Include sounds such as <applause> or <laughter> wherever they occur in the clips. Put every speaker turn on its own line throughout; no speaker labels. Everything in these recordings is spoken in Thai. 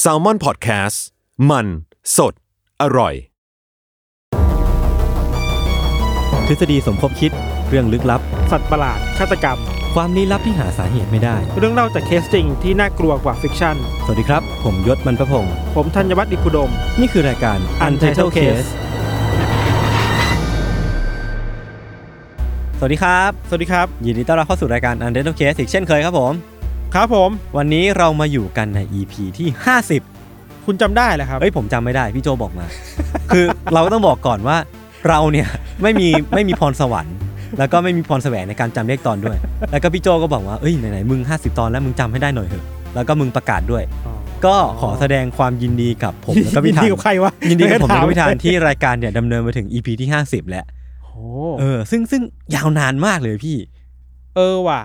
แซลมอนพอดแคสต์มันสดอร่อย
ทฤษฎีสมคบคิดเรื่องลึกลับ
สัตว์ประหลาดฆาตกรรม
ความลี้ลับที่หาสาเหตุไม่ได้
เรื่องเล่าจากเคสจริงที่น่ากลัวกว่าฟิกชั่น
สวัสดีครับ ผมยศมันประพงศ์
ผมธัญวัฒน์อิพุดม
นี่คือรายการ Untitled Case สวัสดีครับ
สวัสดีครับ
ยินดีต้อนรับเข้าสู่รายการ Untitled Case อีกเช่นเคยครับผม
ครับผม
วันนี้เรามาอยู่กันใน EP ที่ 50
คุณจำได้แหละครับ
เอ้ยผมจำไม่ได้ พี่โจบอกมา <laughs> คือเราต้องบอกก่อนว่าเราเนี่ย <laughs> ไม่มีไม่มีพรสวรรค์ แล้วก็ไม่มีพรแสวงในการจำเลขตอนด้วย แล้วก็พี่โจก็บอกว่าเอ้ยไหนๆมึง 50 ตอนแล้วมึงจำให้ได้หน่อยเถอะแล้วก็มึงประกาศด้วย ก็ขอแสดงความยินดีกับ
<laughs>
ผมแล้วก็พี่
ยิน
ธัน
ดีกับใครวะ
ยินดีกับผม
ไได้
แล้
ถาว
ก็พี่ธันที่รายการเนี่ยดำเนินมาถึง EP ที่ 50 แล้ว
โอ้โห
เออซึ่งซึ่งยาวนานมากเลยพี่
เออว่ะ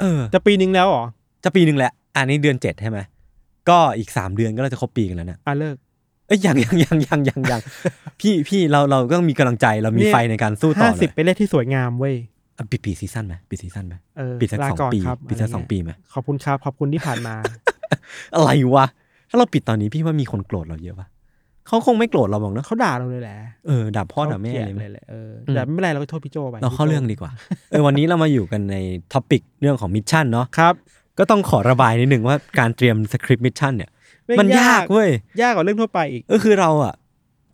เออ
จะปีนึงแล้วเหรอ
จะปีหนึ่งแหละ อันนี้เดือน 7 ใช่ไหมก็อีก 3 เดือนก็เราจะครบปีกันแล้วเนี่ย
อ่ะเลิก
เอ้ยยังยังยังยังยังยัง พี่พี่เราเราก็มีกำลังใจเรามี
เนี่ย
ไฟในการสู้ต่
ห้า
อ
สิบ
เลย
เป็นเลขที่สวยงามเว้ย
อ่ะปิดปีซีซั่นไหมปิดซีซั่นไหม
เออ
ปิดสัก
ลา
สอง
ก่น
ปี
ครับ
ปิดสัก
ะไร
สอง
เย
ปีไหม
ขอบคุณครับ ขอบคุณที่ผ่าน
<laughs>
มา
อะไรวะถ้าเราปิดตอนนี้พี่ว่ามีคนโกรธเราเยอะปะเขาคงไม่โกรธเราหรอกเนอะ
เขาด่าเราเลยแหละ
เออด่าพ่อด่าแม่
ขก
เล
ลี
ย
ด
ไหม
เลยแหละเอออ
ม
แต่ไม่เป็นไรเราก็โทษพี่โจไป
เราเข้า
พี่โจ้
เรื่องดีกว่า เออวันนี้เรามาอยู่กันในท็อปิกเรื่องของมิชชั่นเนาะ
ครับ
ก็ต้องขอระบายนิดหนึ่งว่าการเตรียมสคริปต์มิชชั่นเนี่ย
ไ
มันยากเว้ย
ยากกว่าเรื่องทั่วไปอีก
ก็คือเราอ่ะ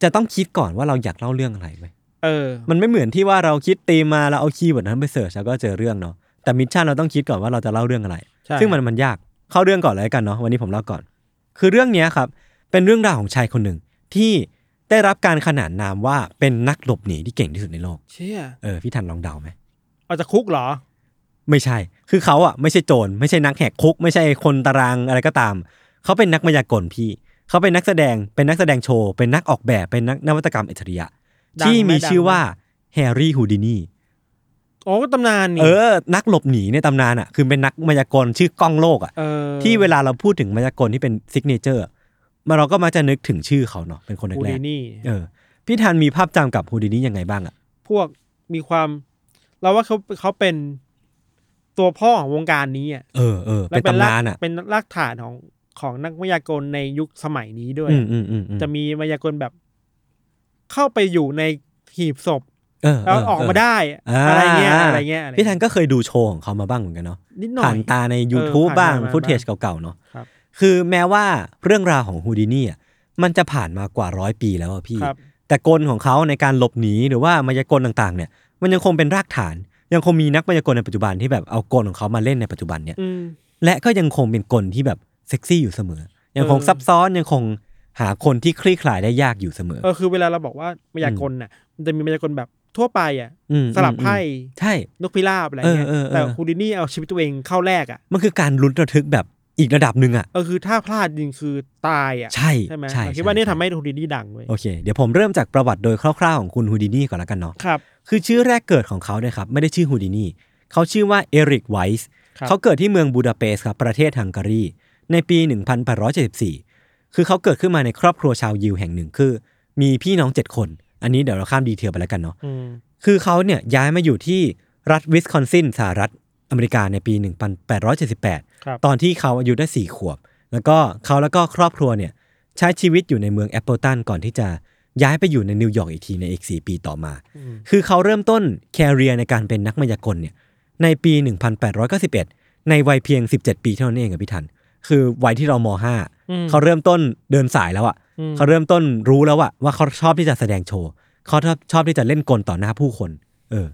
จะต้องคิดก่อนว่าเราอยากเล่าเรื่องอะไรไหม
เออ
มันไม่เหมือนที่ว่าเราคิดตีมมาเราเอาคีย์เวิร์ดนั้นไปเสิร์ชแล้วก็เจอเรื่องเนาะ แต่มิชชั่นเราต้องคิดก่อนว่าเราจะเล่าเรื่องอะไร
ใช่
ซึ่งมันมันยาก เข้าเรื่องก่อนเลยละกันเนาะ วันนี้ผมเล่าก่อน คือเรื่องเนี้ยครับ เป็นเรื่องราวของชายคนหนึ่งที่ได้รับการขนานนามว่าเป็นนักหลบหนีที่เก่งที่สุดในโลก
เชี่ย
เออพี่ทันลองเดาไหม
เอาจากคุกเหรอ
ไม่ใช่ คือเขาอ่ะไม่ใช่โจรไม่ใช่นักแหกคุก ไม่ใช่คนตารางอะไรก็ตาม เขาเป็นนักมายากลพี่ เขาเป็นนักแสดง เป็นนักแสดงโชว์ เป็นนักออกแบบ เป็นนักนวัตกรรมอิสริยะ
ดังไหม
ที่มีชื่อว่าแฮร์รี่ฮูดินี
อ๋อก็ตำนานนี่
เออ นักหลบหนีในตำนานอ่ะ คือเป็นนักมายากลชื่อกล้องโลกอ่ะ
เออ
ที่เวลาเราพูดถึงมายากลที่เป็นซิกเนเจอร์อะมาเราก็มักจะนึกถึงชื่อเขาเนาะ เป็นคน
ฮู
แร
ดิ
ก
นี่
ๆเออ พี่ทันมีภาพจำกับฮูดินียังไงบ้างอ่ะ
พวกมีความ เราว่าเขาเขาเป็นตัวพ่อของวงการนี้อ่ะ
เออเออ
และ
เป็นตำนาน
ร
อ่ะ
กเป็นรากฐานของของนักมายากลในยุคสมัยนี้ด้วย
อืมอืมอืมอืม
จะมีมายากลแบบ เข้าไปอยู่ในหีบศพ
เออ
แล้ว
เ
ออกมาได้อะ
า
อะไรเงี้ยอะไรเงี้ยอะไร
พี่ทันก็เคยดูโชว์ของเขามาบ้างเหมือนกันเนาะ
นิดหน่อย
ผ่านตาใน YouTube
เออผ่า
บ้าน ง
มาบ้าง
ฟุตเทจเก่าๆเนาะ
ครับ
คือแม้ว่าเรื่องราวของฮูดินี่อ่ะมันจะผ่านมากว่าร้อยปีแล้วอะพี่
ครับ
แต่กลของเขาในการหลบหนีหรือว่ามายากลต่างๆเนี่ย มันยังคงเป็นรากฐาน ยังคงมีนักมายากลในปัจจุบันที่แบบเอากลของเขามาเล่นในปัจจุบันเนี่ย
อืม
และก็ยังคงเป็นกลที่แบบเซ็กซี่อยู่เสมอ ยังคง
เออ
ซับซ้อนยังคงหาคนที่คลี่คลายได้ยากอยู่เสมอ
เออคือเวลาเราบอกว่ามายากลน่ะ มันจะมีมายากลแบบทั่วไปอ่ะ
ม
สลับไพ่
ใช่
นกพิราบอะไรเงี้ย
เออเออเออ
แต่ฮูดินี่เอาชีวิตตัวเองเข้าแรกอ่ะ
มันคือการลุ้นระทึกแบบอีกระดับหนึ่งอ่ะ
เออคือถ้าพลาดจริงคือตายอ่ะ
ใช่
ใช่ไหม
ใช่
เราคิดว่านี่ทำ
ใช่
ให้ฮูดินี่ดังเว้ย
โอเค เดี๋ยวผมเริ่มจากประวัติโดยคร่าวๆของคุณฮูดินี่ก่อนแล้วกันเนาะ
ครับ
คือชื่อแรกเกิดของเขาเนี่ยครับไม่ได้ชื่อฮูดินี่เขาชื่อว่าเอริกไวส์
ครับ
เขาเกิดที่เมืองบูดาเปสต์ครับประเทศฮังการี ในปี 1874 คือเขาเกิดขึ้นมาในครอบครัวชาวยิวแห่งหนึ่งคือ มีพี่น้อง 7 คน อันนี้เดี๋ยวเราข้ามดีเทลไปแล้วกันเนาะ
อืม
คือเขาเนี่ยย้ายมาอยู่ที่รัฐวิสคอนซินสหรัฐอเมริกาในปี 1878
ครับ
ตอนที่เขาอายุได้สี่ขวบ แล้วก็เขาแล้วก็ครอบครัวเนี่ยใช้ชีวิตอยู่ในเมืองแอปเปิลตันก่อนที่จะย้ายไปอยู่ในนิวยอร์กอีกทีในอีก 4 ปีต่อมา
อืม
คือเขาเริ่มต้นแคเรียในการเป็นนักมายากลเนี่ยในปี 1891 ในวัยเพียง 17 ปีเท่านั้นเองอะพี่ทัน คือวัยที่เราม
อืม
.5 เขาเริ่มต้นเดินสายแล้วอะ
อืม
เขาเริ่มต้นรู้แล้วอะว่าเขาชอบที่จะแสดงโชว์เขาชอบชอบที่จะเล่นกลต่อหน้าผู้คน เออ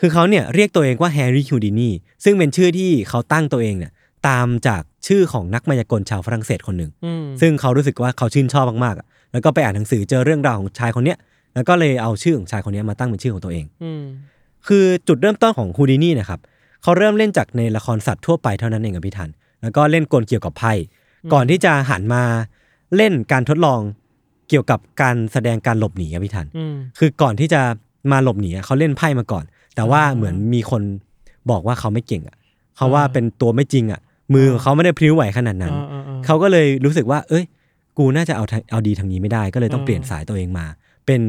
คือเขาเนี่ยเรียกตัวเองว่าแฮร์รี่คิวดินีซึ่งเป็นชื่อที่เขาตั้งตัวเองเนี่ยตามจากชื่อของนักมายากลชาวฝรั่งเศสคนหนึ่ง
อืม
ซึ่งเขารู้สึกว่าเขาชื่นชอบมากๆอะแล้วก็ไปอ่านหนังสือเจอเรื่องราวของชายคนเนี้ยแล้วก็เลยเอาชื่อของชายคนเนี้ยมาตั้งเป็นชื่อของตัวเอง
อืม
คือจุดเริ่มต้นของฮูดินี่นะครับเขาเริ่มเล่นจากในละครสัตว์ทั่วไปเท่านั้นเองกับพี่ทัน แล้วก็เล่นกลเกี่ยวกับไพ่ก่อนที่จะหันมาเล่นการทดลองเกี่ยวกับการแสดงการหลบหนีกับพี่ทัน
อืม
คือก่อนที่จะมาหลบหนีอะเขาเล่นไพ่มาก่อน แต่ว่าเหมือนมีคนบอกว่าเขาไม่เก่งอ่ะเขาว่าเป็นตัวไม่จริงอ่ะ มือของเขาไม่ได้พริ้วไหวขนาดนั้น
อ่าอ่าอ่า
เขาก็เลยรู้สึกว่า เอ้ย กูน่าจะเอาทางเอาดีทางนี้ไม่ได้ ก็เลยต้อง
อ่า
เปลี่ยนสายตัวเองมา เป็น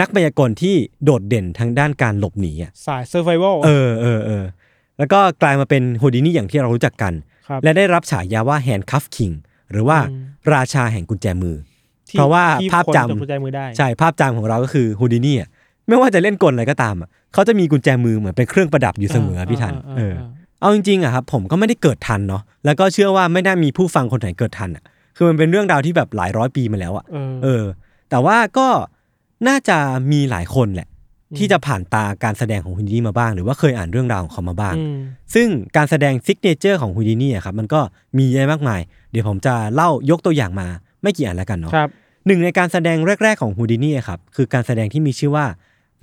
นักมายากลที่โดดเด่นทางด้านการหลบหนีอ่ะ
สายเซอร์ไวล
เออเออเออแล้วก็กลายมาเป็นโฮดินี่อย่างที่เรารู้จักกัน
ครับ
และได้รับฉายาว่าแฮนด์คัฟคิง หรือว่า
อืม
ราชาแห่งกุญแจมือ
ที่
เพราะว่า
ที่
ภาพ
คน
จำ
กุญแจมือได้
ใช่ภาพจำของเราก็คือฮูดินี่อะไม่ว่าจะเล่นกลอะไรก็ตามอะเขาจะมีกุญแจมือเหมือนเป็นเครื่องประดับอยู่เสมออะพี่ทันเออ เอาจริงๆอะครับผมก็ไม่ได้เกิดทันเนาะแล้วก็เชื่อว่าไม่น่ามีผู้ฟังคนไหนเกิดทันอะคือมันเป็นเรื่องราวที่แบบหลายร้อยปีมาแล้วอะ
เออ
เออ แต่ว่าก็น่าจะมีหลายคนแหละ
อืม
ที่จะผ่านตาการแสดงของฮูดินี่มาบ้าง หรือว่าเคยอ่านเรื่องราวของเขามาบ้าง
อืม
ซึ่งการแสดงซิกเนเจอร์ของฮูดินี่อะครับมันก็มีเยอะมากมาย เดี๋ยวผมจะเล่ายกตัวอย่างมาไม่กี่อันแล้วกันเนาะ
ครับ
หนึ่งในการแสดงแรก ๆ ของฮูดินี่ครับคือการแสดงที่มีชื่อว่า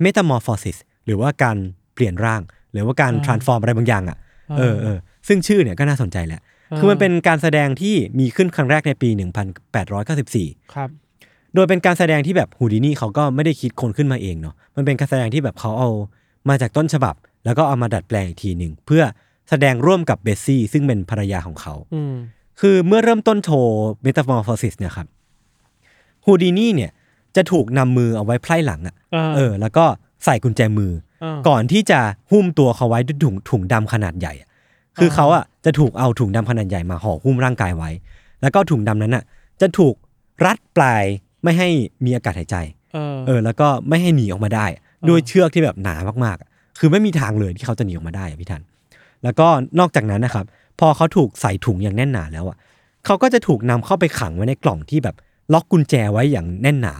metamorphosis หรือว่าการเปลี่ยนร่าง หรือว่าการ
อ่า
transform อะไรบางอย่างอ่ะเออเออซึ่งชื่อเนี่ยก็น่าสนใจแหละ
อ่า
คือมันเป็นการแสดงที่มีขึ้นครั้งแรกในปี 1894
ครับ
โดยเป็นการแสดงที่แบบฮูดินี่เขาก็ไม่ได้คิดคนขึ้นมาเองเนาะมันเป็นการแสดงที่แบบเขาเอามาจากต้นฉบับ แล้วก็เอามาดัดแปลงอีกทีหนึ่งเพื่อแสดงร่วมกับเบสซี่ซึ่งเป็นภรรยาของเขา
อืม
คือเมื่อเริ่มต้นโชว์ Metamorphosis เนี่ยครับฮูดินี่เนี่ยจะถูกนำมือเอาไว้ไพล่หลังอะ
า
เออ แล้วก็ใส่กุญแจมือ
า
ก่อนที่จะหุ้มตัวเขาไว้ด้วยถุงถุงดำขนาดใหญ่อะคือเขาอะจะถูกเอาถุงดำขนาดใหญ่มาห่อหุ้มร่างกายไว้ แล้วก็ถุงดำนั้นอะจะถูกรัดปลายไม่ให้มีอากาศหายใจ
เออ
เออ แล้วก็ไม่ให้หนีออกมาได้ ด้วยเชือกที่แบบหนามากๆอะคือไม่มีทางเลยที่เขาจะหนีออกมาได้อะพี่ทัน แล้วก็นอกจากนั้นนะครับ พอเขาถูกใส่ถุงอย่างแน่นหนาแล้วอ่ะเขาก็จะถูกนำเข้าไปขังไว้ในกล่องที่แบบล็อกกุญแจไว้อย่างแน่นหนา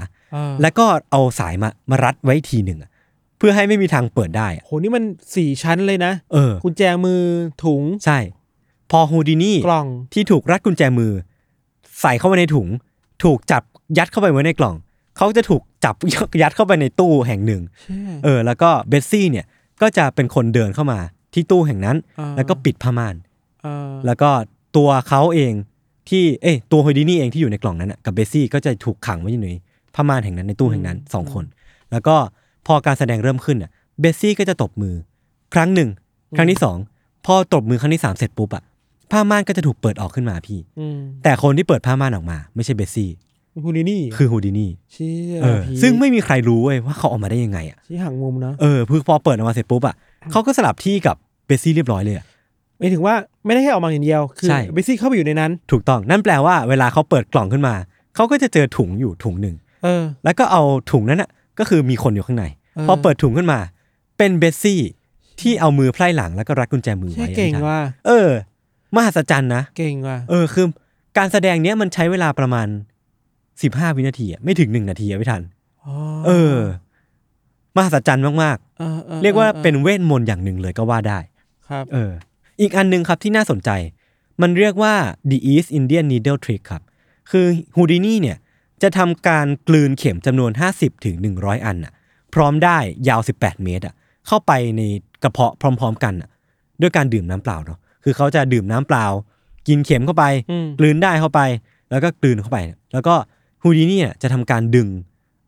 แล้วก็เอาสายมามารัดไว้ทีหนึ่งอะเพื่อให้ไม่มีทางเปิดได้อะ
โหนี่มันสี่ชั้นเลยนะ
เออ
กุญแจมือถุง
ใช่ พอฮูดินี่
กล่อง
ที่ถูกรัดกุญแจมือ ใส่เข้าไปในถุง ถูกจับยัดเข้าไปไว้ในกล่อง เขาจะถูกจับ ยัดเข้าไปในตู้แห่งหนึ่ง
เชี่ย
เออแล้วก็เบสซี่เนี่ยก็จะเป็นคนเดินเข้ามาที่ตู้แห่งนั้น
เออ
แล้วก็ปิดผ้าม่าน
เออ
แล้วก็ตัวเขาเองที่เอ้ยตัวโฮดินี่เองที่อยู่ในกล่องนั้นน่ะกับเบสซี่ก็จะถูกขังไว้อยู่ในผ้าม่านแห่งนั้นในตู้แห่งนั้นสองคน แล้วก็พอการแสดงเริ่มขึ้นน่ะเบสซี่ก็จะตบมือ ครั้งหนึ่ง ครั้งที่สองพอตบมือครั้งที่สามเสร็จปุ๊บอ่ะผ้าม่านก็จะถูกเปิดออกขึ้นมาพี่
อืม
แต่คนที่เปิดผ้าม่านออกมา ไม่ใช่เบสซี่
คุณนี่นี่
คือโฮดินี่
เชี่ย
เออ
ผี
ซึ่งไม่มีใครรู้เว้ยว่าเขาออกมาได้ยังไงอ่ะ
ชี้ห่างมุมนะ
เออพอพอเปิดออกมาเสร็จปุ๊บอ่ะเขาก็สลับที่กับเบสซี่เรียบร้อยเลยอะ
หมายถึงว่าไม่ได้แค่ออกมาอย่างเดียว คือ
ใช่
เบสซี่เข้าไปอยู่ในนั้น
ถูกต้องนั่นแปลว่าเวลาเขาเปิดกล่องขึ้นมา เขาก็จะเจอถุงอยู่ถุงหนึ่ง
เออ
แล้วก็เอาถุงนั้นอ่ะก็คือมีคนอยู่ข้างใน
เออ
พอเปิดถุงขึ้นมา เป็นเบสซี่ที่เอามือไพล่หลังแล้วก็รัดกุญแจมือ
เชี่
ไว้
ยเก่ง
อันนี้นะ
ว่ะ
เออ มหัศจรรย์นะ
เก่งว่ะ
เออคือการแสดงเนี้ยมันใช้เวลาประมาณสิบห้าวินาทีอะไม่ถึงหนึ่งนาทีอะพี่ทัน เออ มหัศจรรย์มาก
เออออ
ๆ เรียกว่าเป็นเวทมนต์อย่างหนึ่งเลยก็ว่าได้
ครับ
เอออีกอันหนึ่งครับที่น่าสนใจ มันเรียกว่า the East Indian Needle Trick ครับ คือฮูดินี่เนี่ยจะทำการกลืนเข็มจำนวน 50-100ถึง100 อันน่ะ พร้อมได้ยาว 18 เมตรอ่ะเข้าไปในกระเพาะพร้อม ๆ กันน่ะด้วยการดื่มน้ำเปล่าเนาะคือเขาจะดื่มน้ำเปล่า กินเข็มเข้าไป
อืม
กลืนได้เข้าไป แล้วก็กลืนเข้าไป แล้วก็ฮูดินี่เนี่ยจะทำการดึง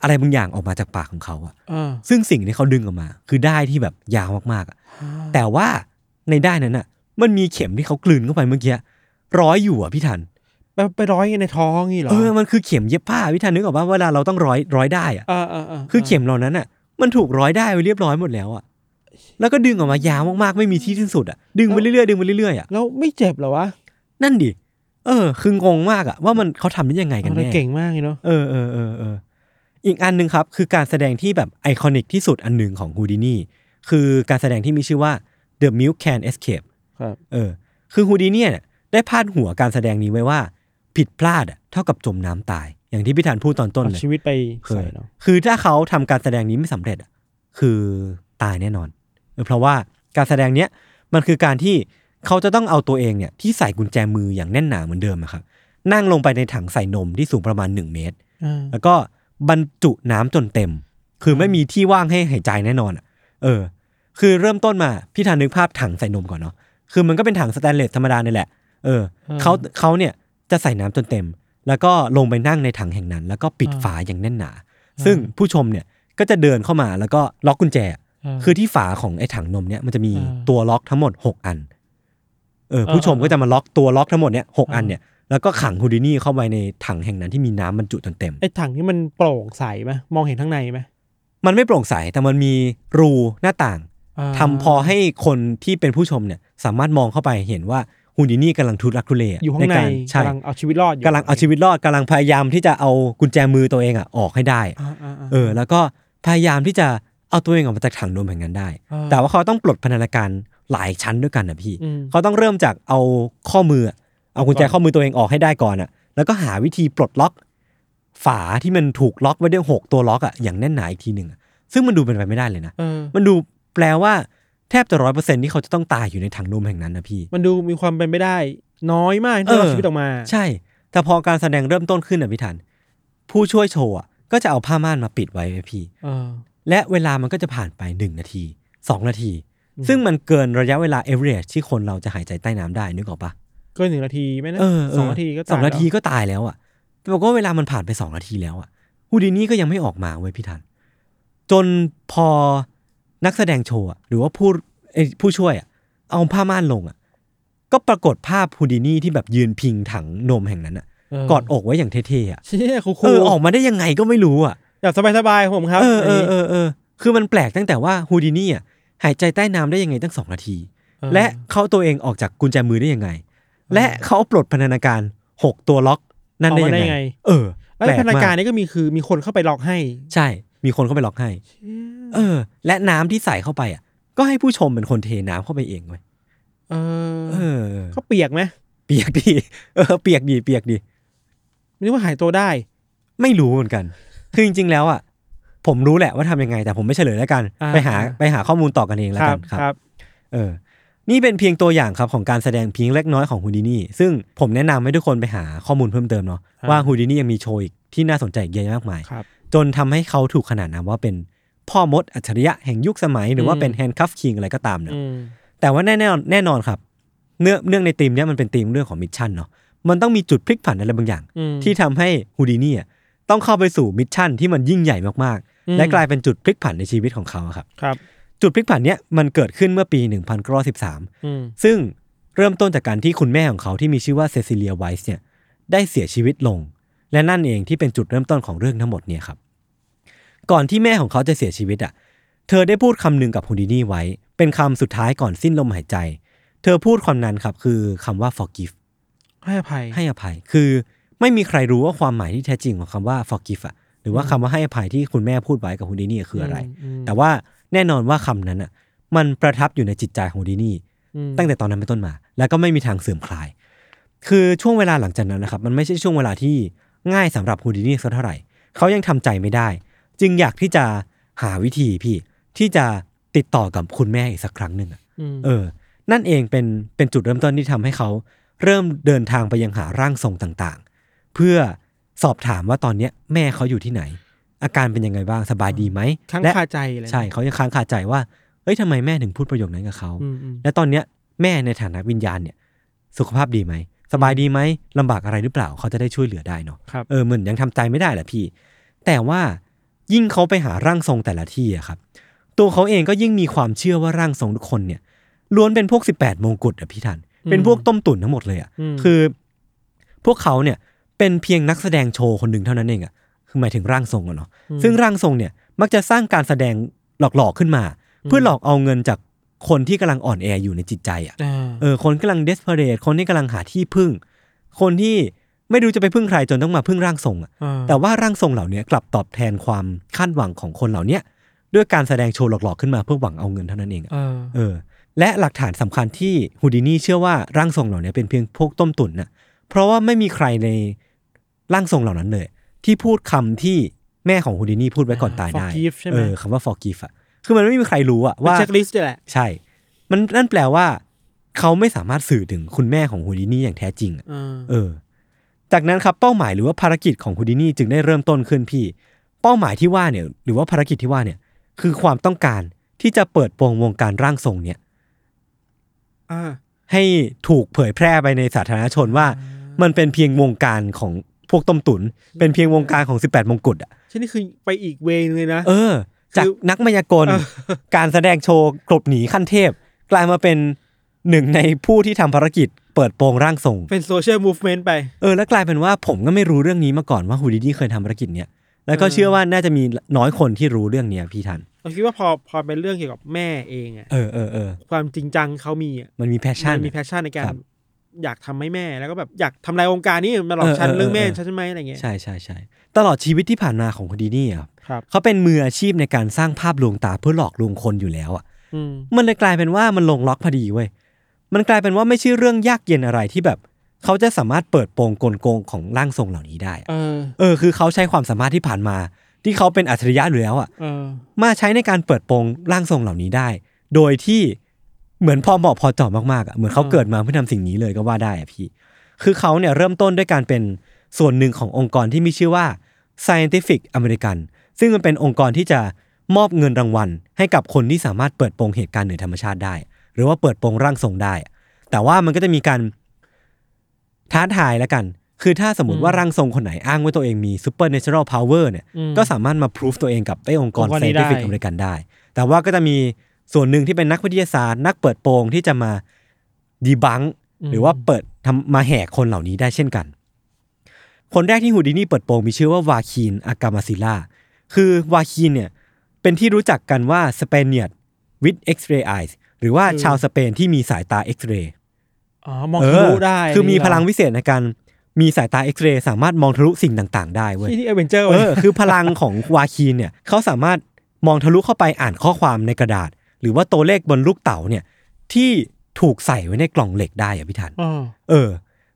อะไรบางอย่างออกมาจากปากของเขาอะ
เออ
ซึ่งสิ่งที่เขาดึงออกมา คือได้ายที่แบบยาวมากๆอะ แต่ว่าในด้านนั้นน่ะ มันมีเข็มที่เขากลืนเข้าไปเมื่อกี้ร้อยอยู่อ่ะพี่ทัน
ไปไปร้อยในท้องนี่เหรอ
เออมันคือเข็มเย็บผ้าพี่ทันนึกออกป่าเวลาเราต้องร้อยร้อยได้อ่ะ
เออเออเออ
คือเข็มเหล่านั้นน่ะ มันถูกร้อยได้ไว้เรียบร้อยหมดแล้วอ่ะแล้วก็ดึงออกมายาวมากๆไม่มีที่สิ้นสุดอ่ะดึงไปเรื่อยๆดึงไปเรื่อยๆอ่ะ
แล้วไม่เจ็บเหรอวะ
นั่นดิเออ คืองงมากอ่ะว่ามันเขาทำได้ยังไงกัน
เรา
แน่
เก่งมากเลยเนาะ
เออเออเออเอออีกอันหนึ่งครับ คือการแสดงที่แบบไอคอนิกที่สุดอันหนึ่งของฮูดินี่คือการแสดงที่มีชื่อว่า The Milk Can Escape
ครับ
เออ คือฮูดิเนี่ยเนี่ยได้พาดหัวการแสดงนี้ไว้ว่า ผิดพลาดอะเท่ากับจมน้ำตาย อย่างที่พี่ธานพูดตอนต้น
เอา
เลย
ชีวิตไป
เอ
ใส่
อ
เนาะ
คือถ้าเขาทำการแสดงนี้ไม่สำเร็จอะคือตายแน่นอนเออเพราะว่าการแสดงเนี้ยมันคือการที่เขาจะต้องเอาตัวเองเนี่ยที่ใส่กุญแจมืออย่างแน่นหนาเหมือนเดิมอะครับนั่งลงไปในถังใส่นมที่สูงประมาณ 1 เมตร
เออ
แล้วก็บรรจุน้ำจนเต็ม คือไม่มีที่ว่างให้หายใจแน่นอนอะเออ คือเริ่มต้นมา พี่ทันนึกภาพถังใส่นมก่อนเนาะ คือมันก็เป็นถังสแตนเลสธรรมดาเนี่ยแหละ เออ
อืม
เขาเขาเนี่ยจะใส่น้ำจนเต็ม แล้วก็ลงไปนั่งในถังแห่งนั้น แล้วก็ปิด
อ่า
ฝาอย่างแน่นหนา
อ่า
ซึ่งผู้ชมเนี่ยก็จะเดินเข้ามาแล้วก็ล็อกกุญแจ
เออ
คือที่ฝาของไอ้ถังนมเนี่ยมันจะมี
อ่า
ตัวล็อกทั้งหมดหกอัน เออ
อ่า
ผู้ชมก็
อ่า
จะมาล็อกตัวล็อกทั้งหมดเนี่ยหก
อ่า
อันเนี่ย แล้วก็ขังฮูดินี่เข้าไปในถังแห่งนั้นที่มีน้ำบรรจุจนเต็ม
ไอ้ถังนี่มันโปร่งใสไหมมองเห็นข้างในไหม
มันไม่โปร่งใสแต่มันมีรูหน้าต่าง
อ่า
ทำพอให้คนที่เป็นผู้ชมเนี่ย สามารถมองเข้าไปเห็นว่า หุ่นอีนี่กำลังทุรักทุเละ
อยู่ข้างใน
การใช่
กำลังเอาชีวิตรอดอยู่
กำลังเอาชีวิตรอดกำลังพยายามที่จะเอากุญแจมือตัวเองอ่ะออกให้ได้
อ่าอ่าอ่า
เออ แล้วก็พยายามที่จะเอาตัวเองออกมาจากถังโดมแห่งนั้นได้
เออ
แต่ว่าเขาต้องปลดพันธนาการหลายชั้นด้วยกันนะพี่
อืม
เขาต้องเริ่มจากเอาข้อมืออะเอากุญแจข้อมือตัวเองออกให้ได้ก่อนอ่ะ แล้วก็หาวิธีปลดล็อก ฝาที่มันถูกล็อกไว้ด้วยหกตัวล็อกอ่ะอย่างแน่นหนาอีกทีหนึ่งอะซึ่งมันดูเป็นไปไม่ได้เลยนะ
เออ
มันดูแปลว่าแทบจะร้อยเปอร์เซ็นที่เขาจะต้องตายอยู่ในถังนมแห่งนั้นนะพี่
มันดูมีความเป็นไม่ได้ น้อยมากที่
เอ
เอา
อ
ชีวิตออกมา
ใช่ แต่พอการแสดงเริ่มต้นขึ้นอ่ะพี่ทัน ผู้ช่วยโชว์อะก็จะเอาผ้าม่านมาปิดไว้ไว้พี่
เออ
และเวลามันก็จะผ่านไป 1 นาที 2 นาที ซึ่งมันเกินระยะเวลาเอเวอเรจที่คนเราจะหายใจใต้น้ำได้นึกออกปะ
เก็หนึ่งนาทีไหมนะ
เออเ
สองนาทีก็ตย
สองนาที
แล้ว
ก็ตายแล้วอ่ะแต่บอกว่าเวลามันผ่านไป 2 นาทีแล้วอ่ะฮูดินี่ก็ยังไม่ออกมาเว้ยพี่ทัน จนพอนักแสดงโชว์อะหรือว่าผู้เอ้ยผู้ช่วยอะเอาผ้าม่านลงอ่ะก็ปรากฏภาพฮูดินี่ที่แบบยืนพิงถังนมแห่งนั้นอ่ะ
เ
กอดอกไว้อย่างเท่ๆอ่ะ
เชี่ยครูค
เออออกมาได้ยังไงก็ไม่รู้อ่ะ
แบบสบายๆของผมครับ
เออเออเอน
นี้
อเออคือมันแปลกตั้งแต่ว่าฮูดินี่อ่ะหายใจใต้น้ำได้ยังไงตั้งสองนาที
เออ
และเขาตัวเองออกจากกุญแจมือได้ยังไง และเขาปลดพนันนาการหกตัวล็อกนั่นได้ยังไง เออ
แล้ว
แปลก
พนั
มาง
กาน
ก
นี่ก็มีคือมีคนเข้าไปล็อกให้
ใช่ มีคนเข้าไปล็อกให้ เออ และน้ำที่ใส่เข้าไปอ่ะ ก็ให้ผู้ชมเป็นคนเทน้ำเข้าไปเองเว้ย
เออ
เออ
เขาเปียกไหม
เปียกดี <laughs> เออเปียกดีเปียกดี
ไม่รู้ว่าหายตัวได้
ไม่รู้เหมือนกัน คือจริง ๆ แล้วอ่ะผมรู้แหละว่าทำยังไง แต่ผมไม่เฉลยแล้วกัน
อ่า
ไปหาไปหาข้อมูลต่อกันเองแล้วกันครับ
ครับ
เออ นี่เป็นเพียงตัวอย่างครับของการแสดงเพียงเล็กน้อยของฮูดินี่ ซึ่งผมแนะนำให้ทุกคนไปหาข้อมูลเพิ่มเติมเนาะ
ครับ
ว่าฮูดินี่ยังมีโชว์อีกที่น่าสนใจอีกเยอะแยะมากมาย
ครับ
จนทำให้เขาถูกขนานนามว่าเป็นพ่อมดอัจฉริยะแห่งยุคสมัย หรือว่าเป็นแฮนด์คัฟคิงอะไรก็ตามเนาะ
อืม
แต่ว่าแน่แน่แน่นอนครับ เนื่องเนื่องในธีมเนี้ยมันเป็นธีมเรื่องของมิชชั่นเนาะ มันต้องมีจุดพลิกผันอะไรบางอย่าง
อืม
ที่ทำให้ฮูดินี่อะต้องเข้าไปสู่มิชชั่นที่มันยิ่งใหญ่มาก
อืม
ๆ และกลายเป็นจุดพลิกผันในชีวิตของเขาอะครับ
ครับ
จุดพลิกผันเนี้ยมันเกิดขึ้นเมื่อปี 1913
อืม
ซึ่งเริ่มต้นจากการที่คุณแม่ของเขาที่มีชื่อว่าเซซิเลียไวส์เนี่ยได้เสียชีวิตลง และนั่นเองที่เป็นจุดเริ่มต้นของเรื่องทั้งหมดเนี่ยครับ ก่อนที่แม่ของเขาจะเสียชีวิตอ่ะ เธอได้พูดคำหนึ่งกับฮูดินี่ไว้ เป็นคำสุดท้ายก่อนสิ้นลมหายใจ เธอพูดความนั้นครับคือคำว่า forgive
ให้อภัย
ให้อภัย คือไม่มีใครรู้ว่าความหมายที่แท้จริงของคำว่า forgive อ่ะ หรือว่าคำว่าให้อภัยที่คุณแม่พูดไว้กับฮูดินี่คืออะไร
ม
แต่ว่าแน่นอนว่าคำนั้นอ่ะ มันประทับอยู่ในจิตใจของฮูดินี่
อืม
ตั้งแต่ตอนนั้นเป็นต้นมา แล้วก็ไม่มีทางเสื่อมคลาย คือช่วงเวลาหลังจากนั้นนะครับ มันไม่ใช่ช่วงเวลาที่ง่ายสำหรับฮูดินี่สักเท่าไหร่ เขายังทำใจไม่ได้ จึงอยากที่จะหาวิธีพี่ ที่จะติดต่อกับคุณแม่อีกสักครั้งหนึ่งอะ
อืม
เออ นั่นเองเป็นเป็นจุดเริ่มต้นที่ทำให้เขา เริ่มเดินทางไปยังหาร่างทรงต่างๆ เพื่อสอบถามว่าตอนเนี้ยแม่เขาอยู่ที่ไหน อาการเป็นยังไงบ้างสบายดีไหม
ค้าง
และ
คาใจอะไรนะ
ใช่เขายังค้างคาใจว่าเอ้ยทำไมแม่ถึงพูดประโยคนั้นกับเขา
อืมอืม
และตอนเนี้ยแม่ในฐานะวิญญาณเนี่ย สุขภาพดีไหม สบายดีไหมลำบากอะไรหรือเปล่าเขาจะได้ช่วยเหลือได้เนาะ
ครับ
เออเหมือนยังทำใจไม่ได้แหละพี่ แต่ว่ายิ่งเขาไปหาร่างทรงแต่ละที่อะครับ ตัวเขาเองก็ยิ่งมีความเชื่อว่าร่างทรงทุกคนเนี่ยล้วนเป็นพวก 18 มงกุฎอะพี่ทัน เป็นพวกต้มตุ๋นทั้งหมดเลยอะ
ม
คือ พวกเขาเนี่ยเป็นเพียงนักแสดงโชว์คนหนึ่งเท่านั้นเองอะคือหมายถึงร่างทรงอะเนาะ
ม
ซึ่งร่างทรงเนี่ยมักจะสร้างการแสดงหลอกๆขึ้นมา เพื่อหลอกเอาเงินจากคนที่กำลังอ่อนแออยู่ในจิตใจอ่ะ
อ่า
เออคนกำลังเดสเพเรตคนที่กำลังหาที่พึ่ง คนที่ไม่รู้จะไปพึ่งใครจนต้องมาพึ่งร่างทรงอ่ะ
อ่า
แต่ว่าร่างทรงเหล่าเนี้ยกลับตอบแทนความคาดหวังของคนเหล่าเนี้ยด้วยการแสดงโชว์หลอกๆขึ้นมาเพื่อหวังเอาเงินเท่านั้นเองอะ
เออ
เออและหลักฐานสำคัญที่ฮูดินี่เชื่อว่าร่างทรงเหล่าเนี้ยเป็นเพียงพวกต้มตุ๋นน่ะเพราะว่าไม่มีใครในร่างทรงเหล่านั้นเลย ที่พูดคำที่แม่ของฮูดินี่พูดไว้ก่อนตายได้
ฟอร์กีฟใช่ไหม
เออคำว่า forgive อะคือมันไม่มีใครรู้อะ
ว่า
ว่า
เช็คลิสต์นี่ยแหละ
ใช่ มันนั่นแปลว่า เขาไม่สามารถสื่อถึงคุณแม่ของฮูดินี่อย่างแท้จริงอะ
อ่า
เออ จากนั้นครับเป้าหมายหรือว่าภารกิจของฮูดินี่จึงได้เริ่มต้นขึ้นพี่ เป้าหมายที่ว่าเนี่ย หรือว่าภารกิจที่ว่าเนี่ย คือความต้องการที่จะเปิดโปงวงการร่างทรงเนี่ย
อ่า
ให้ถูกเผยแพร่ไปในสาธารณชนว่า มันเป็นเพียงวงการของพวกต้มตุน๋นเป็นเพียงวงการของ 18 มงกุฎอะ
เช่นนี่คือไปอีกเวย์นึงเลยนะ
เออ จาก
คือ
นักมายากล
เออ
การแสดงโชว์กลบหนีขั้นเทพ กลายมาเป็นหนึ่งในผู้ที่ทำภารกิจเปิดโปงร่างทรง
เป็นโซเชียลมูฟเมนต์ไป
เออแล้วกลายเป็นว่าผมก็ไม่รู้เรื่องนี้มาก่อนว่าฮูดินี่เคยทำภารกิจเนี้ยแล้วก็
เออ
เชื่อว่าน่าจะมีน้อยคนที่รู้เรื่องเนี้ยพี่ทัน
เราคิดว่าพอพอเป็นเรื่องเกี่ยวกับแม่เองอะ
เออเออเออ
ความจริงจังเขามีอะ
มันมีแพชชั่น
มัมีแพชชั่นในกา
ครั
ร
บ
อยากทำให้แม่แล้วก็แบบอยากทำลายวงการนี่มาหลอกฉัน
เออเออ
เรื่องแม่
เออ
ฉันใช่ไหมอะไรเงี้ย
ใช่ใช่ใช่ตลอดชีวิตที่ผ่านมาของคดีนี่ครับ
ครับ
เขาเป็นมืออาชีพในการสร้างภาพลวงตาเพื่อหลอกลวงคนอยู่แล้วอ่ะ
อืม
มันเลยกลายเป็นว่ามันลงล็อกพอดีเว้ย มันกลายเป็นว่าไม่ใช่เรื่องยากเย็นอะไรที่แบบ เขาจะสามารถเปิดโปงกลโกงของร่างทรงเหล่านี้ได้อะ
เออ
เออคือเขาใช้ความสามารถที่ผ่านมา ที่เขาเป็นอัจฉริยะอยู่แล้วอ่ะ
เออ
มาใช้ในการเปิดโปงร่างทรงเหล่านี้ได้ โดยที่เหมือนพอเหมาะพอเจาะมากๆอ่ะเหมือนเขา
อืม
เกิดมาเพื่อทำสิ่งนี้เลยก็ว่าได้อ่ะพี่ คือเขาเนี่ยเริ่มต้นด้วยการเป็นส่วนหนึ่งขององค์กรที่มีชื่อว่า Scientific American ซึ่งมันเป็นองค์กรที่จะมอบเงินรางวัล ให้กับคนที่สามารถเปิดโปงเหตุการณ์เหนือธรรมชาติได้ หรือว่าเปิดโปงร่างทรงได้ แต่ว่ามันก็จะมีการท้าทายแล้วกัน คือถ้าสมมติว่าร่างทรงคนไหนอ้างว่าตัวเองมี supernatural power เนี่ย
อืม
ก็สามารถมาพิสูจตัวเองกับไอ้องค์กร
องค์กรนี้
scientific
ได้
อเมริกันได้ แต่ว่าก็จะมีส่วนหนึ่งที่เป็นนักวิทยาศาสตร์ นักเปิดโปงที่จะมาดีบัง
อืม
หรือว่าเปิดทำมาแหกคนเหล่านี้ได้เช่นกัน คนแรกที่ฮูดินี่เปิดโปงมีชื่อว่าวาคีนอากามาซิล่า คือวาคีนเนี่ยเป็นที่รู้จักกันว่าสเปเนีย with X-ray eyes หรือว่าชาวสเปนที่มีสายตาเอ็กซเรย์
อ๋อมองทะลุได้
เออคือมีพลัง
วิ
วิเศษในการมีสายตาเอ็กซเรย์สามารถมองทะลุสิ่งต่างๆ ได้เว้ย
ที่ที่เอเวนเจอร์
เออคือพลังของวาคีนเนี่ยเขาสามารถมองทะลุเข้าไปอ่านข้อความในกระดาษ หรือว่าตัวเลขบนลูกเต๋าเนี่ยที่ถูกใส่ไว้ในกล่องเหล็กได้อะพี่ทัน
อ๋อ
เออ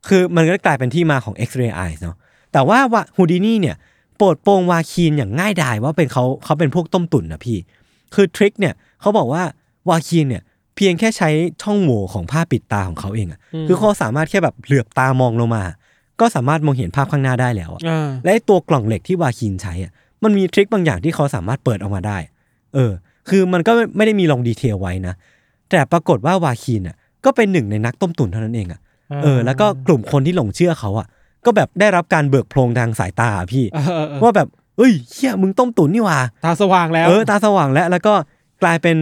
คือมันก็กลายเป็นที่มาของ X-ray eyes เนาะ แต่ว่าวะฮูดินี่เนี่ยโปรดโปรงวาคีนอย่างง่ายดายว่าเป็นเขาเขาเป็นพวกต้มตุ๋นนะพี่ คือทริคเนี่ยเขาบอกว่าวาคีนเนี่ยเพียงแค่ใช้ช่องโหว่ของผ้าปิดตาของเขาเองอะคือเขาสามารถแค่แบบเหลือบตามองลงมา ก็สามารถมองเห็นภาพข้างหน้าได้แล้วอะ
อ่า
และไอ้ตัวกล่องเหล็กที่วาคีนใช้อะมันมีทริคบางอย่างที่เขาสามารถเปิดออกมาได้ เออ คือมันก็ไม่ได้มีลงดีเทลไว้นะ แต่ปรากฏว่าวาคีนอ่ะก็เป็นหนึ่งในนักต้มตุ๋นเท่านั้นเองอะ เออแล้วก็กลุ่มคนที่หลงเชื่อเขาอ่ะ ก็แบบได้รับการเบิกโพรงทางสายตาอะพี่
เออเออเออ
ว่าแบบเอ้ยเฮียมึงต้มตุ๋นนี่หว่า
ตาสว่างแล้ว
เออตาสว่างแล้ว แล้วก็กลายเป็น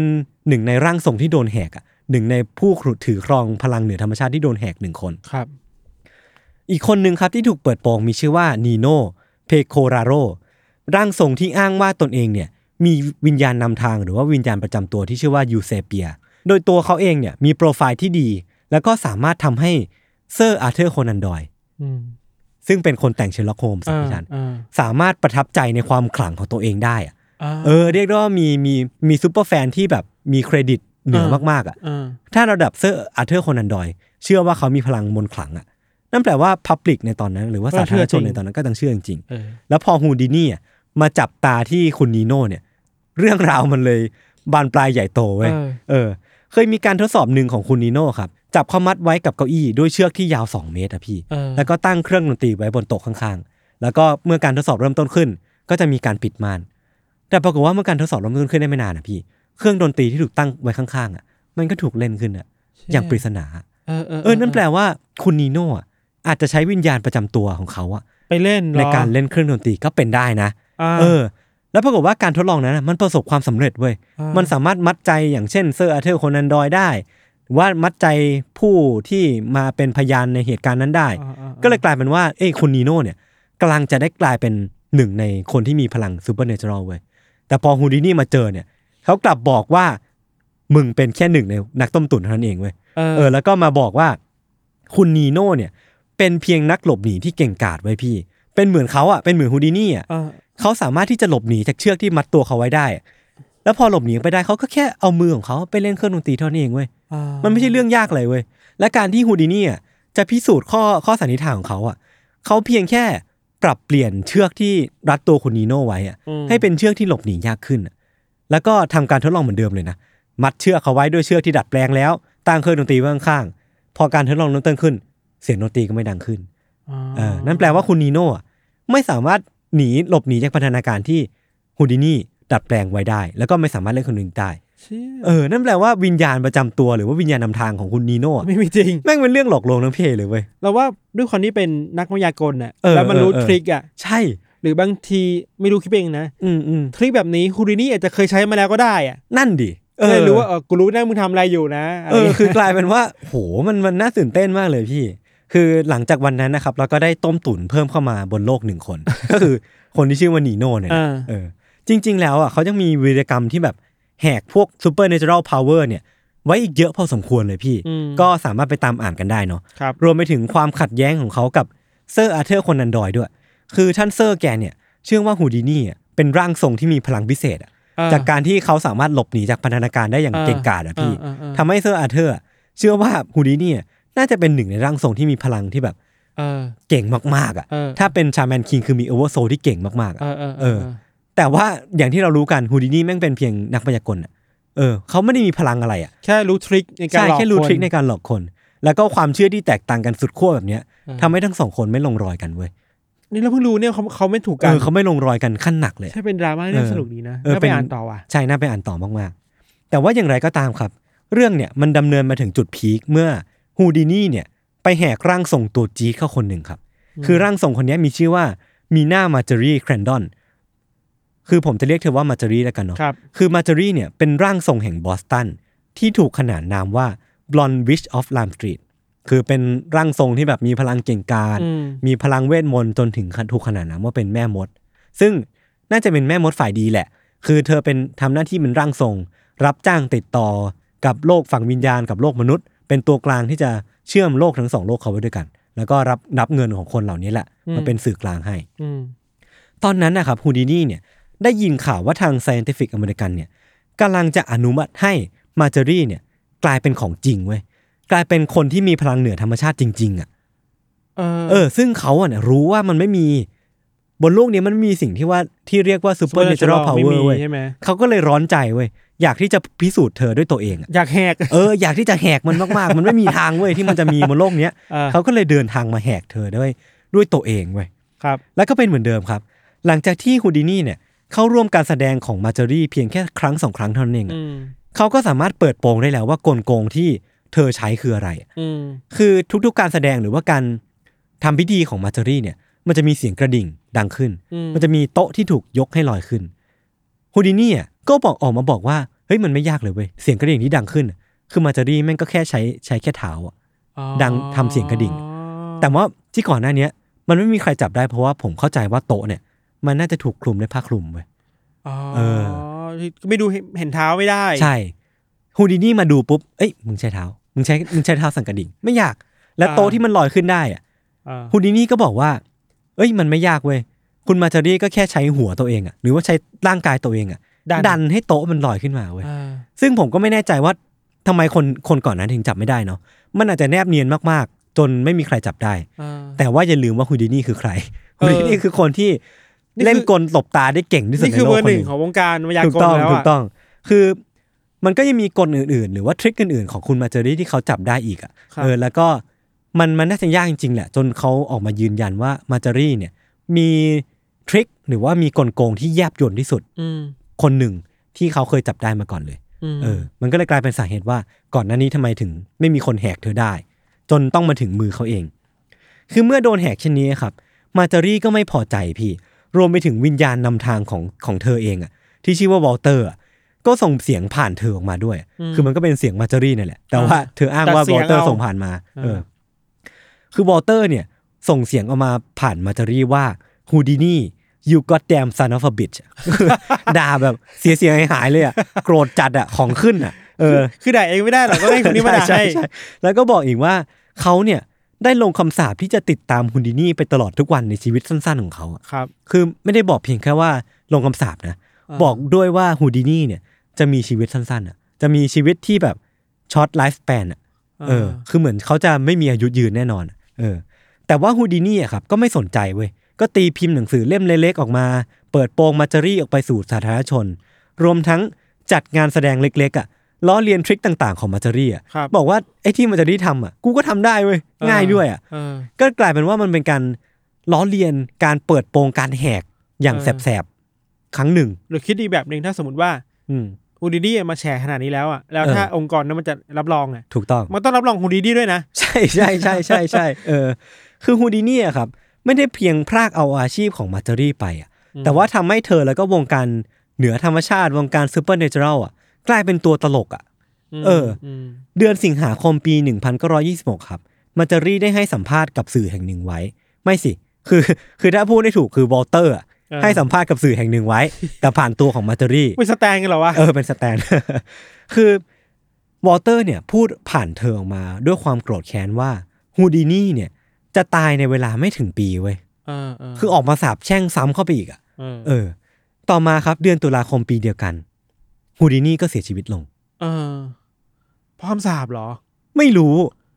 หนึ่งในร่างทรงที่โดนแหกอ่ะหนึ่งในผู้ถือครองพลังเหนือธรรมชาติที่โดนแหกหนึ่งคน
ครับ
อีกคนหนึ่งครับที่ถูกเปิดโปงมีชื่อว่านีโนเพโคราโรร่างทรงที่อ้างว่าตนเองเนี่ยมีวิญญาณนำทางหรือว่าวิญญาณประจำตัวที่ชื่อว่ายูเซเปีย โดยตัวเขาเองเนี่ยมีโปรไฟล์ที่ดี แล้วก็สามารถทำให้เซอร์อาร์เธอร์โคนันดอย
อืม
ซึ่งเป็นคนแต่งเชลล็อกโฮมส์
อ่า
พี่ชัน
อ่า
สามารถประทับใจในความขลังของตัวเองได้อะ
อ่า
เออ เรียกได้ว่ามีมีมีซูเปอร์แฟนที่แบบมีเครดิตเหนือ
เออ
มากๆอ่ะ
อ่า
ถ้าระดับเซอร์อาร์เธอร์โคนันดอย เชื่อว่าเขามีพลังมนต์ขลังอ่ะ นั่นแปลว่าพับลิกในตอนนั้น หรือว่าสาธารณชนในตอนนั้นก็ต้องเชื่อจริง
เออ
ๆ แล้วพอฮูดินี่อะมาจับตาที่คุณนีโน่เนี่ย เรื่องราวมันเลยบานปลายใหญ่โตเว้ย
เออ
เออ เคยมีการทดสอบหนึ่งของคุณนีโน่ครับ จับเขามัดไว้กับเก้าอี้ด้วยเชือกที่ยาว 2 เมตรอะพี่
เออ
แล้วก็ตั้งเครื่องดนตรีไว้บนโต๊ะข้างๆ แล้วก็เมื่อการทดสอบเริ่มต้นขึ้น ก็จะมีการปิดม่าน แต่ปรากฏว่าเมื่อการทดสอบเริ่มต้นขึ้นได้ไม่นานนะพี่ เครื่องดนตรีที่ถูกตั้งไว้ข้างๆอ่ะ มันก็ถูกเล่นขึ้นอ่ะ อย่างปริศนา
เออเออ
เออ นั่นแปลว่าคุณนีโน่อะอาจจะใช้วิญญาณประจำตัวของเขาอ่ะ
ไปเล่นเหอ
ในการเล่นเครื่องดนตรีก็เป็นได้นะ
อ่า
เออ แล้วปรากฏว่าการทดลองนั้นน่ะมันประสบความสำเร็จเว้ย
อ่ามั
มันสามารถมัดใจอย่างเช่นเซอร์อาร์เธอร์โคนันดอยได้หรือว่ามัดใจผู้ที่มาเป็นพยานในเหตุการณ์นั้นได้
อ่าอ่า
ก็เลยกลายเป็นว่า เอ้ยคุณนีโน่เนี่ยกำลังจะได้กลายเป็นหนึ่งในคนที่มีพลังซูเปอร์เนเจอรัลเว้ย แต่พอฮูดินี่มาเจอเนี่ย เขากลับบอกว่า มึงเป็นแค่หนึ่งในนักต้มตุ๋นเท่านั้นเองเว้ย
เออ
เออ แล้วก็มาบอกว่า คุณนีโน่เนี่ย เป็นเพียงนักหลบหนีที่เก่งกาจไว้ยพี่ เป็นเหมือนเขาอ่ะ เป็นเหมือนฮูดินี่อ่ะ
อ่า
เขาสามารถที่จะหลบหนีจากเชือกที่มัดตัวเขาไว้ได้ แล้วพอหลบหนีไปได้เขาก็แค่เอามือของเขาไปเล่นเครื่องดนตรีเท่านั้นเองเว้ย
อ่า
มันไม่ใช่เรื่องยากเลยเว้ย และการที่ฮูดินี่อ่ะจะพิสูจน์ข้อข้อสันนิษฐานของเขาอ่ะ เขาเพียงแค่ปรับเปลี่ยนเชือกที่รัดตัวคุณนีโน่ไว้อ่ะ
อืม
ให้เป็นเชือกที่หลบหนียากขึ้นอะแล้วก็ทำการทดลองเหมือนเดิมเลยนะ มัดเชือกเขาไว้ด้วยเชือกที่ดัดแปลงแล้ว ตั้งเครื่องดนตรีไว้ข้างๆ พอการทดลองเริ่มต้นขึ้น เสียงดนตรีก็ไม่ดังขึ้น
อ่า
เออนั่นแปลว่าคุณนีโน่อะไม่สามารถหนีหลบหนีจากพันธนาการที่ฮูดินี่ดัดแปลงไว้ได้ แล้วก็ไม่สามารถเล่นคนอื่นได้
เชี่ย
เออ นั่นแปลว่าวิญญาณประจำตัวหรือว่าวิญญาณนำทางของคุณนีโน่อะ
ไม่มีจริง
แม่งเป็นเรื่องหลอกลวงทั้งเพเลยเว้ย
เราว่าด้วยความที่เป็นนักมายากลน่ะ
เออ
แล้วมันรู้
เออเออ
ทริคอ่ะ
ใช่
หรือบางทีไม่รู้คิดเองนะ
อืมอืม
ทริคแบบนี้ฮูรินี่อาจจะเคยใช้มาแล้วก็ได้อ่ะ
นั่นดิ
ก็เลยรู้ว่าเออกูรู้นะมึงทำอะไรอยู่นะอะไร
เออ
เงี้ย
คือกลายเป็นว่าโหมันมันน่าตื่นเต้นมากเลยพี่ คือหลังจากวันนั้นนะครับเราก็ได้ต้มตุ๋นเพิ่มเข้ามาบนโลกหนึ่งคน <laughs> ก็คือคนที่ชื่อว่านีโน่เนี่ยนะ
อ่า
เออจริง ๆ แล้วอ่ะเขายังมีวีรกรรมที่แบบแหกพวกซูเปอร์เนเจอรัลพาวเวอร์เนี่ย ไว้อีกเยอะพอสมควรเลยพี่
อืม
ก็สามารถไปตามอ่านกันได้เนาะ
ครับ
รวมไปถึงความขัดแย้งของเขากับเซอร์อาร์เธอร์คอนันดอยด้วย คือท่านเซอร์แกเนี่ยเชื่อว่าฮูดินี่อ่ะเป็นร่างทรงที่มีพลังพิเศษอ่ะ
เออ
จากการที่เขาสามารถหลบหนีจากพันธนาการได้อย่าง
เออ
เก่งกาจอ่ะพี่
เออเออเออ
ทำให้เซอร์อาร์เธอร์อ่ะเชื่อว่าฮูดินี่อ่ะน่าจะเป็นหนึ่งในร่างทรงที่มีพลังที่แบบ
เออ
เก่งมากๆอ่ะ
เออ
ถ้าเป็นชาแมนคิงคือมีโอเวอร์โซลที่เก่งมากๆ
เอ
อ่ะ
อเออ
เออ แต่ว่าอย่างที่เรารู้กันฮูดินี่แม่งเป็นเพียงนักมายากลอ่ะเออเขาไม่ได้มีพลังอะไรอ่ะ
แค่รู้ทริคในการ
ใช่
หลอก
แค่รู้
น
ทริคในการหลอกคน แล้วก็ความเชื่อที่แตกต่างกันสุดขั้วแบบเนี้ย
เออ
ทำให้ทั้งสองคนไม่ลงรอยกันเว้ย
นี่เราเพิ่งรู้เนี่ยเขาเขาไม่ถูก
เอ
กัน
อเขาไม่ลงรอยกันขั้นหนักเลย
ใช่เป็นดราม่าเรื่อง
เออ
สนุกดีนะ
เออ
น่า
เป็
ไป
น
อ่านต่อว่ะ
ใช่น่าไปอ่านต่อมากๆ แต่ว่าอย่างไรก็ตามครับ เรื่องเนี่ยมันดำเนินมาถึงจุดพีคเมื่อฮูดินี่เนี่ยไปแหกร่างทรงตัวจี๊ดเข้าคนหนึ่งครับ คือร่างทรงคนเนี้ยมีชื่อว่ามีหน้ามาจารีแครนดอน คือผมจะเรียกเธอว่ามาจารีแล้วกันเนาะ
ครับ
คือมาจารีเนี่ยเป็นร่างทรงแห่งบอสตัน ที่ถูกขนานนามว่า Blonde Witch of Lime Street คือเป็นร่างทรงที่แบบมีพลังเก่งกาจ
อืม
มีพลังเวทมนต์จนถึงขั้นถูกขนานนามว่าเป็นแม่มด ซึ่งน่าจะเป็นแม่มดฝ่ายดีแหละ คือเธอเป็นทำหน้าที่เป็นร่างทรง รับจ้างติดต่อกับโลกฝั่งวิญญาณกับโลกมนุษย์ เป็นตัวกลางที่จะเชื่อมโลกทั้งสองโลกเขาไว้ด้วยกัน แล้วก็รับนับเงินของคนเหล่านี้แหละมาเป็นสื่อกลางให้
อืม
ตอนนั้นนะครับฮูดินี่เนี่ยได้ยินข่าวว่าทาง Scientific อเมริกันเนี่ยกำลังจะอนุมัติให้มาจารีเนี่ยกลายเป็นของจริงเว้ยกลายเป็นคนที่มีพลังเหนือธรรมชาติจริงๆอะ่ะ
เออ
เออซึ่งเขาอ่ะเนี่ยรู้ว่ามันไม่มีบนโลกเนี้มันไม่มีสิ่งที่ว่าที่เรียกว่า super natural
Supernatural
power เว้ย
ใช่ไหม
เขาก็เลยร้อนใจเว้ยอยากที่จะพิสูจน์เธอด้วยตัวเองอะ
อยากแหก
เอออยากที่จะแหกมันมากๆ มันไม่มีทางเว้ยที่มันจะมีบนโลกเนี้ย
เออ
เขาก็เลยเดินทางมาแหกเธอด้วยด้วยตัวเองเว้ย
ครับ
แล้วก็เป็นเหมือนเดิมครับ หลังจากที่ฮูดินี่เนี่ยเข้าร่วมการแสดงของมาจารีเพียงแค่ครั้งสองครั้งเท่านั้นเองอะ
อืม
เขาก็สามารถเปิดโปงได้แล้วว่ากลโกงที่เธอใช้คืออะไร
อืม
คือทุกๆการแสดงหรือว่าการทำพิธีของมาจารีเนี่ย มันจะมีเสียงกระดิ่งดังขึ้น
อืม
มันจะมีโต๊ะที่ถูกยกให้ลอยขึ้นฮูดินี่อ่ะก็บอกออกมาบอกว่าเฮ้ยมันไม่ยากเลยเว้ยเสียงกระดิ่งที่ดังขึ้นอะคือมาจารีแม่งก็แค่ใช้ใช้แค่เท้าอะ
อ๋อ
ดังทำเสียงกระดิ่ง แต่ว่าที่ก่อนหน้าเนี้ยมันไม่มีใครจับได้เพราะว่าผมเข้าใจว่าโต๊ะเนี่ย มันน่าจะถูกคลุมด้วยผ้าคลุมเว้ย
อ๋อ
เออ
ไม่ดูเห็นเห็นเท้าไม่ได้
ใช่ฮูดินี่มาดูปุ๊บเอ้ยมึงใช้เท้า มึงใช้มึงใช้เท้าสั่งกระดิ่งไม่ยาก และโต๊ะที่มันลอยขึ้นได้อะ
เออ
ฮูดินี่ก็บอกว่า เอ้ยมันไม่ยากเว้ยคุณมาจารีก็แค่ใช้หัวตัวเองอะหรือว่าใช้ร่างกายตัวเองอะดันให้โต๊ะมันลอยขึ้นมาเว้ย
เออ
ซึ่งผมก็ไม่แน่ใจว่าทำไมคนคนก่อนนั้นถึงจับไม่ได้เนาะมันอาจจะแนบเนียนมากๆ จนไม่มีใครจับได้
เออ
แต่ว่าอย่าลืมว่าฮูดินี่คือใคร
เอ
ฮู
อ
ดินี่คือคนที่
นี่คือ
เล่นกลตบตาได้เก่งที่สุด
นี่
ใน
คือ
โล
เบ
กคนห
อร์หนึ่ง
นึ่ง
ของวงการมายา
ถู
ก
ก
ล
ต้อง
แล้ว
ถูก
อ่ะ
ต้อง คือมันก็ยังมีกลอื่นๆ หรือว่าทริคอื่นๆ ของคุณมาเจอรี่ที่เขาจับได้อีกอ่ะ
ครับ
เออ แล้วก็มันมันน่าจะยากจริงๆ แหละ จนเขาออกมายืนยันว่ามาเจอรี่เนี่ยมีทริคหรือว่ามีกลโกงที่แยบยลที่สุด
อืม
คนหนึ่งที่เขาเคยจับได้มาก่อนเลย
ม
เออ มันก็เลยกลายเป็นสาเหตุว่าก่อนหน้านี้ทำไมถึงไม่มีคนแหกเธอได้ จนต้องมาถึงมือเขาเอง คือเมื่อโดนแหกเช่นนี้ครับ มาจารีก็ไม่พอใจพี่ รวมไปถึงวิญญาณนำทางของของเธอเองอะที่ชื่อว่าวอลเตอร์อะก็ส่งเสียงผ่านเธอออกมาด้วย คือมันก็เป็นเสียงมาจารีนั่นแหละ แต่ว่าเธออ้างว่าวอลเตอร์ส่งผ่านมา เออ คือวอลเตอร์เนี่ยส่งเสียงออกมาผ่านมาจารีว่าฮูดินี่ you goddamn son of a bitch <laughs> ด่าแบบเสียเสียหายๆเลยอ่ะ โกรธจัดอ่ะ ของขึ้นอ่ะ เออ
คือด่าเองไม่ได้หรอกต้องให้คนนี้มาด่า
ใช่
ให้
ใช่ใช่แล้วก็บอกอีกว่าเขาเนี่ยได้ลงคำสาปที่จะติดตามฮูดินี่ไปตลอดทุกวันในชีวิตสั้นๆของเขาอะ
ครับ
คือไม่ได้บอกเพียงแค่ว่าลงคำสาปนะ บอกด้วยว่าฮูดินี่เนี่ยจะมีชีวิตสั้นๆอ่ะ จะมีชีวิตที่แบบช็อตไลฟ์ส p ปนอ่ะ เออ คือเหมือนเขาจะไม่มีอายุยืนแน่นอนอะเออ แต่ว่าฮูดินี่อะครับก็ไม่สนใจเว้ย ก็ตีพิมพ์หนังสือเล่มเล็กๆออกมา เปิดโปงมาจารีออกไปสู่สาธารณชน รวมทั้งจัดงานแสดงเล็กๆอ่ะ ล้อเลียนทริคต่างๆของมาจารีอ่ะ
ครับ
บอกว่าไอ้ที่มาจารีทำอ่ะ กูก็ทำได้เว้ย
เออ
ง่ายด้วยอ่ะ
เออ
ก็กลายเป็นว่ามันเป็นการล้อเลียนการเปิดโปงการแหกอย่าง
เออ
แสบๆครั้งหนึ่ง
หรือคิดอีกแบบหนึ่งถ้าสมมติว่า
อืม
ฮูดิดี้มาแชร์ขนาดนี้แล้วอ่ะแล้ว
เออ
ถ้าองค์กรนั้นมันจะรับรองอ่ะ
ถูกต้อง
มันต้องรับรองฮูดิดี้ด้วยนะ
ใช่ใช่ใช่ใช่ใช่เออ คือฮูดินี่อะครับ ไม่ได้เพียงพรากเอาอาชีพของมาจารีไปอะ
อืม
แต่ว่าทำให้เธอแล้วก็วงการเหนือธรรมชาติ วงการซูเปอร์เนเจอรัลอ่ะ กลายเป็นตัวตลกอ่ะ
ม
เออ
ม
เดือนสิงหาคมปี 1926 ครับ มาจารีได้ให้สัมภาษณ์กับสื่อแห่งหนึ่งไว้ ไม่สิ คือ คือถ้าพูดได้ถูกคือวอลเตอร์อะ
เออ
ให้สัมภาษณ์กับสื่อแห่งหนึ่งไว้ แต่ผ่านตัวของมาจารี <laughs>
ไม่สแตนกันเหรอวะ
เออเป็นสแตน คือ วอลเตอร์เนี่ยพูดผ่านเธอออกมาด้วยความโกรธแค้นว่าฮูดินี่เนี่ยจะตายในเวลาไม่ถึงปีเว้ย
เออเ
คือออกมาสาบแช่งซ้ำเข้าไปอีกอ่ะ
เออ
เออ ต่อมาครับเดือนตุลาคมปีเดียวกันฮูดินี่ก็เสียชีวิตลง
เออเพราะคำสาบเหรอ
ไม่รู้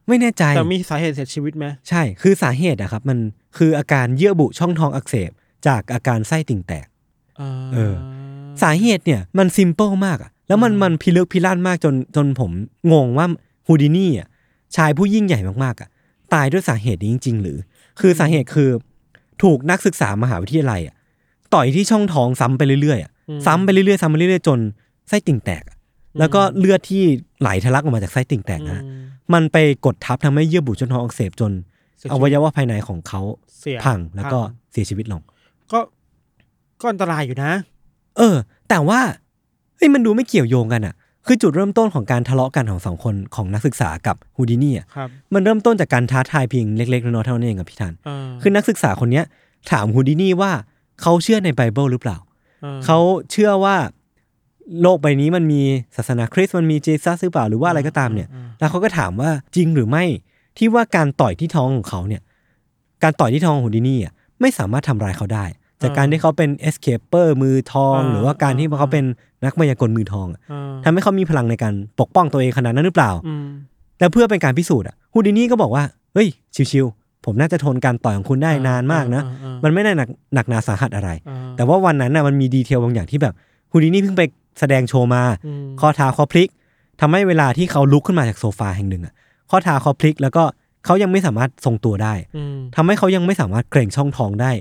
ไม่แน่ใจ
แต่มีสาเหตุเสียชีวิตไหม
ใช่ คือสาเหตุอะครับ มันคืออาการเยื่อบุช่องท้องอักเสบ จากอาการไส้ติ่งแตก
เออ
เออ สาเหตุเนี่ยมันซิมเ l ิลมากอะแล้วมันมันพิลึกพิลั่นมากจนจนผมงงว่าฮูดินี่อะชายผู้ยิ่งใหญ่มากๆอะตายด้วยสาเหตุนี้จริง ๆ หรือ คือสาเหตุคือ ถูกนักศึกษามหาวิทยาลัยอะต่อยที่ช่องท้องซ้ำไปเรื่อยๆอะซ้ำไปเรื่อยๆซ้ำไปเรื่อยๆจนไส้ติ่งแตกอะแล้วก็เลือดที่ไหลทะลักออกมาจากไส้ติ่งแตก
อืม
นะฮะมันไปกดทับทำให้เยื่อบุช่องท้องอักเสบจน
เสีย
อ
ชี
วั
วิต
ยวะภายในของเขา
เสีย
พังแล้วก็
พัง
เสียชีวิตลง
ก็ก็อันตรายอยู่นะ
เออ แต่ว่าเฮ้ยมันดูไม่เกี่ยวโยงกันอะ่ะ คือจุดเริ่มต้นของการทะเลาะกันของสองคนของนักศึกษากับฮูดินี่อะ
ครับ
มันเริ่มต้นจากการท้าทายเพียงเล็กๆน้อยๆเท่านั้นเองกับพี่ทัน
เออ
คือนักศึกษาคนเนี้ยถามฮูดินี่ว่าเขาเชื่อในไบเบิลหรือเปล่า
ออ
เขาเชื่อว่าโลกใบนี้มันมีศาสนาคริสต์มันมีเจซัสหรือเปล่าหรือว่าอะไรก็ตามเนี่ย
อืม
แล้วเขาก็ถามว่าจริงหรือไม่ที่ว่าการต่อยที่ท้องของเขาเนี่ย การต่อยที่ท้องของดินี่อ่ะไม่สามารถทำร้ายเขาได้ จากการที่เขาเป็นเอสเคเปอร์มือทอง
อ่า
หรือว่าการที่เขาเป็นนักมายากลมือทองอะ
เออ
ทำให้เขามีพลังในการปกป้องตัวเองขนาดนั้นหรือเปล่า
อืม
แต่เพื่อเป็นการพิสูจน์อ่ะฮูดินี่ก็บอกว่าเฮ้ยชิวๆผมน่าจะทนการต่อยของคุณได้นานมากนะ
อ่าอ่าอ่ามั
มันไม่ได้หนักหนักหนาสาหัสอะไร
เออ
แต่ว่าวันนั้นน่ะมันมีดีเทลบางอย่างที่แบบฮูดินี่เพิ่งไปแสดงโชว์มา
อืม
ข้อเท้าเขาพลิกทำให้เวลาที่เขาลุกขึ้นมาจากโซฟาแห่งหนึ่งอ่ะข้อเท้าเขาพลิกแล้วก็เขายังไม่สามารถทรงตัวได้
อืม
ทำให้เขายังไม่สามารถเกรงช่องท้องได้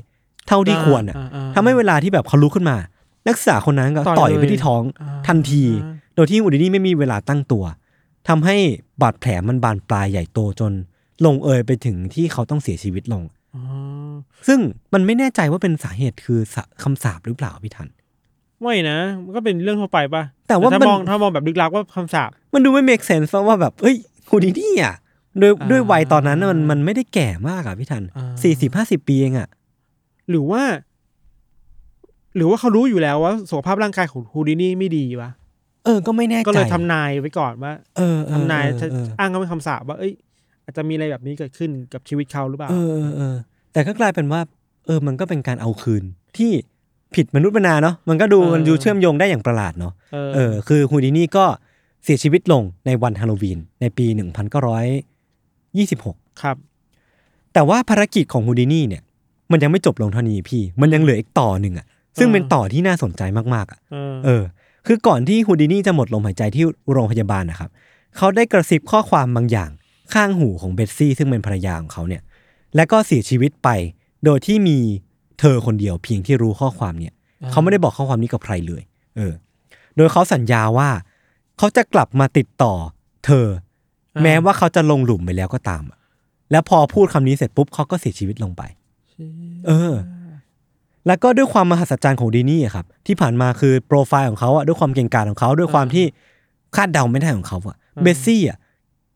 เท่าที่ควรอ่ะ
าา
ทำให้เวลาที่แบบเขาลุกขึ้นมา นักศึกษาคนนั้นก็
ต่อย
ต่อยไป
เลย
ที่ท้อง
อ่า
ทันที
อ่า
โดยที่อูดินี่ไม่มีเวลาตั้งตัวทำให้บาดแผลมันบานปลายใหญ่โตจน ลงเอยไปถึงที่เขาต้องเสียชีวิตลง
อ๋อ
ซึ่งมันไม่แน่ใจว่าเป็นสาเหตุคือสะคำสาปหรือเปล่าพี่ทัน
ไม่นะมันก็เป็นเรื่องทั่วไปป่ะ
แต่ว่า
ถ้า
มัน
มองถ้ามองแบบลึกลับว่าคำสาป
มันดูไม่ make sense เพราะว่าแบบเอ้ยคุณดีนี่อ่ะด้วย
อ่า
ด้วยวัยตอนนั้นน่ะมันมันไม่ได้แก่มากอ่ะพี่ทัน
อ่า
สี่สิบห้าสิบปีเองอ่ะ
หรือว่า หรือว่าเขารู้อยู่แล้วว่าสุขภาพร่างกายของฮูดินี่ไม่ดีวะ
เออก็ไม่แน่ใจ
ก็เลยทำนายไว้ก่อนว่า
เออเออ
ทำนาย
เอ
จะ
อเออ
อ้างเขาเป็นคำสาปว่า เอ้ย อาจจะมีอะไรแบบนี้เกิดขึ้นกับชีวิตเขาหรือเปล่า
เออเออเออแต่ก็กลายเป็นว่า เออมันก็เป็นการเอาคืนที่ผิดมนุษย์มนาเนาะมันก็ดูมันดูเชื่อมโยงได้อย่างประหลาดเนาะ
เออ
เออคือฮูดินี่ก็เสียชีวิตลงในวันฮาโลวีนในปี 1926
ครับ
แต่ว่าภารกิจของฮูดินี่เนี่ย มันยังไม่จบลงเท่านี้พี่ มันยังเหลืออีกต่อหนึ่งอ่ะซึ่งเป็นต่อที่น่าสนใจมากๆอ่ะ
เออ
เออ คือก่อนที่ฮูดินี่จะหมดลมหายใจที่โรงพยาบาลนะครับ เขาได้กระซิบข้อความบางอย่างข้างหูของเบสซี่ซึ่งเป็นภรรยาของเขาเนี่ย และก็เสียชีวิตไป โดยที่มีเธอคนเดียวเพียงที่รู้ข้อความเนี่ย เขาไม่ได้บอกข้อความนี้กับใครเลย เออ โดยเขาสัญญาว่า เขาจะกลับมาติดต่อ เธอ แม้ว่าเขาจะลงหลุมไปแล้วก็ตามอะแล้วพอพูดคำนี้เสร็จปุ๊บเขาก็เสียชีวิตลงไป เออ แล้วก็ด้วยความมหัศจรรย์ของดีนี่อะครับที่ผ่านมาคือโปรไฟล์ของเขาอะด้วยความเก่งกาจของเขาด้วยความที่คาดเดาไม่ได้ของเขาอะเบสซี่อะ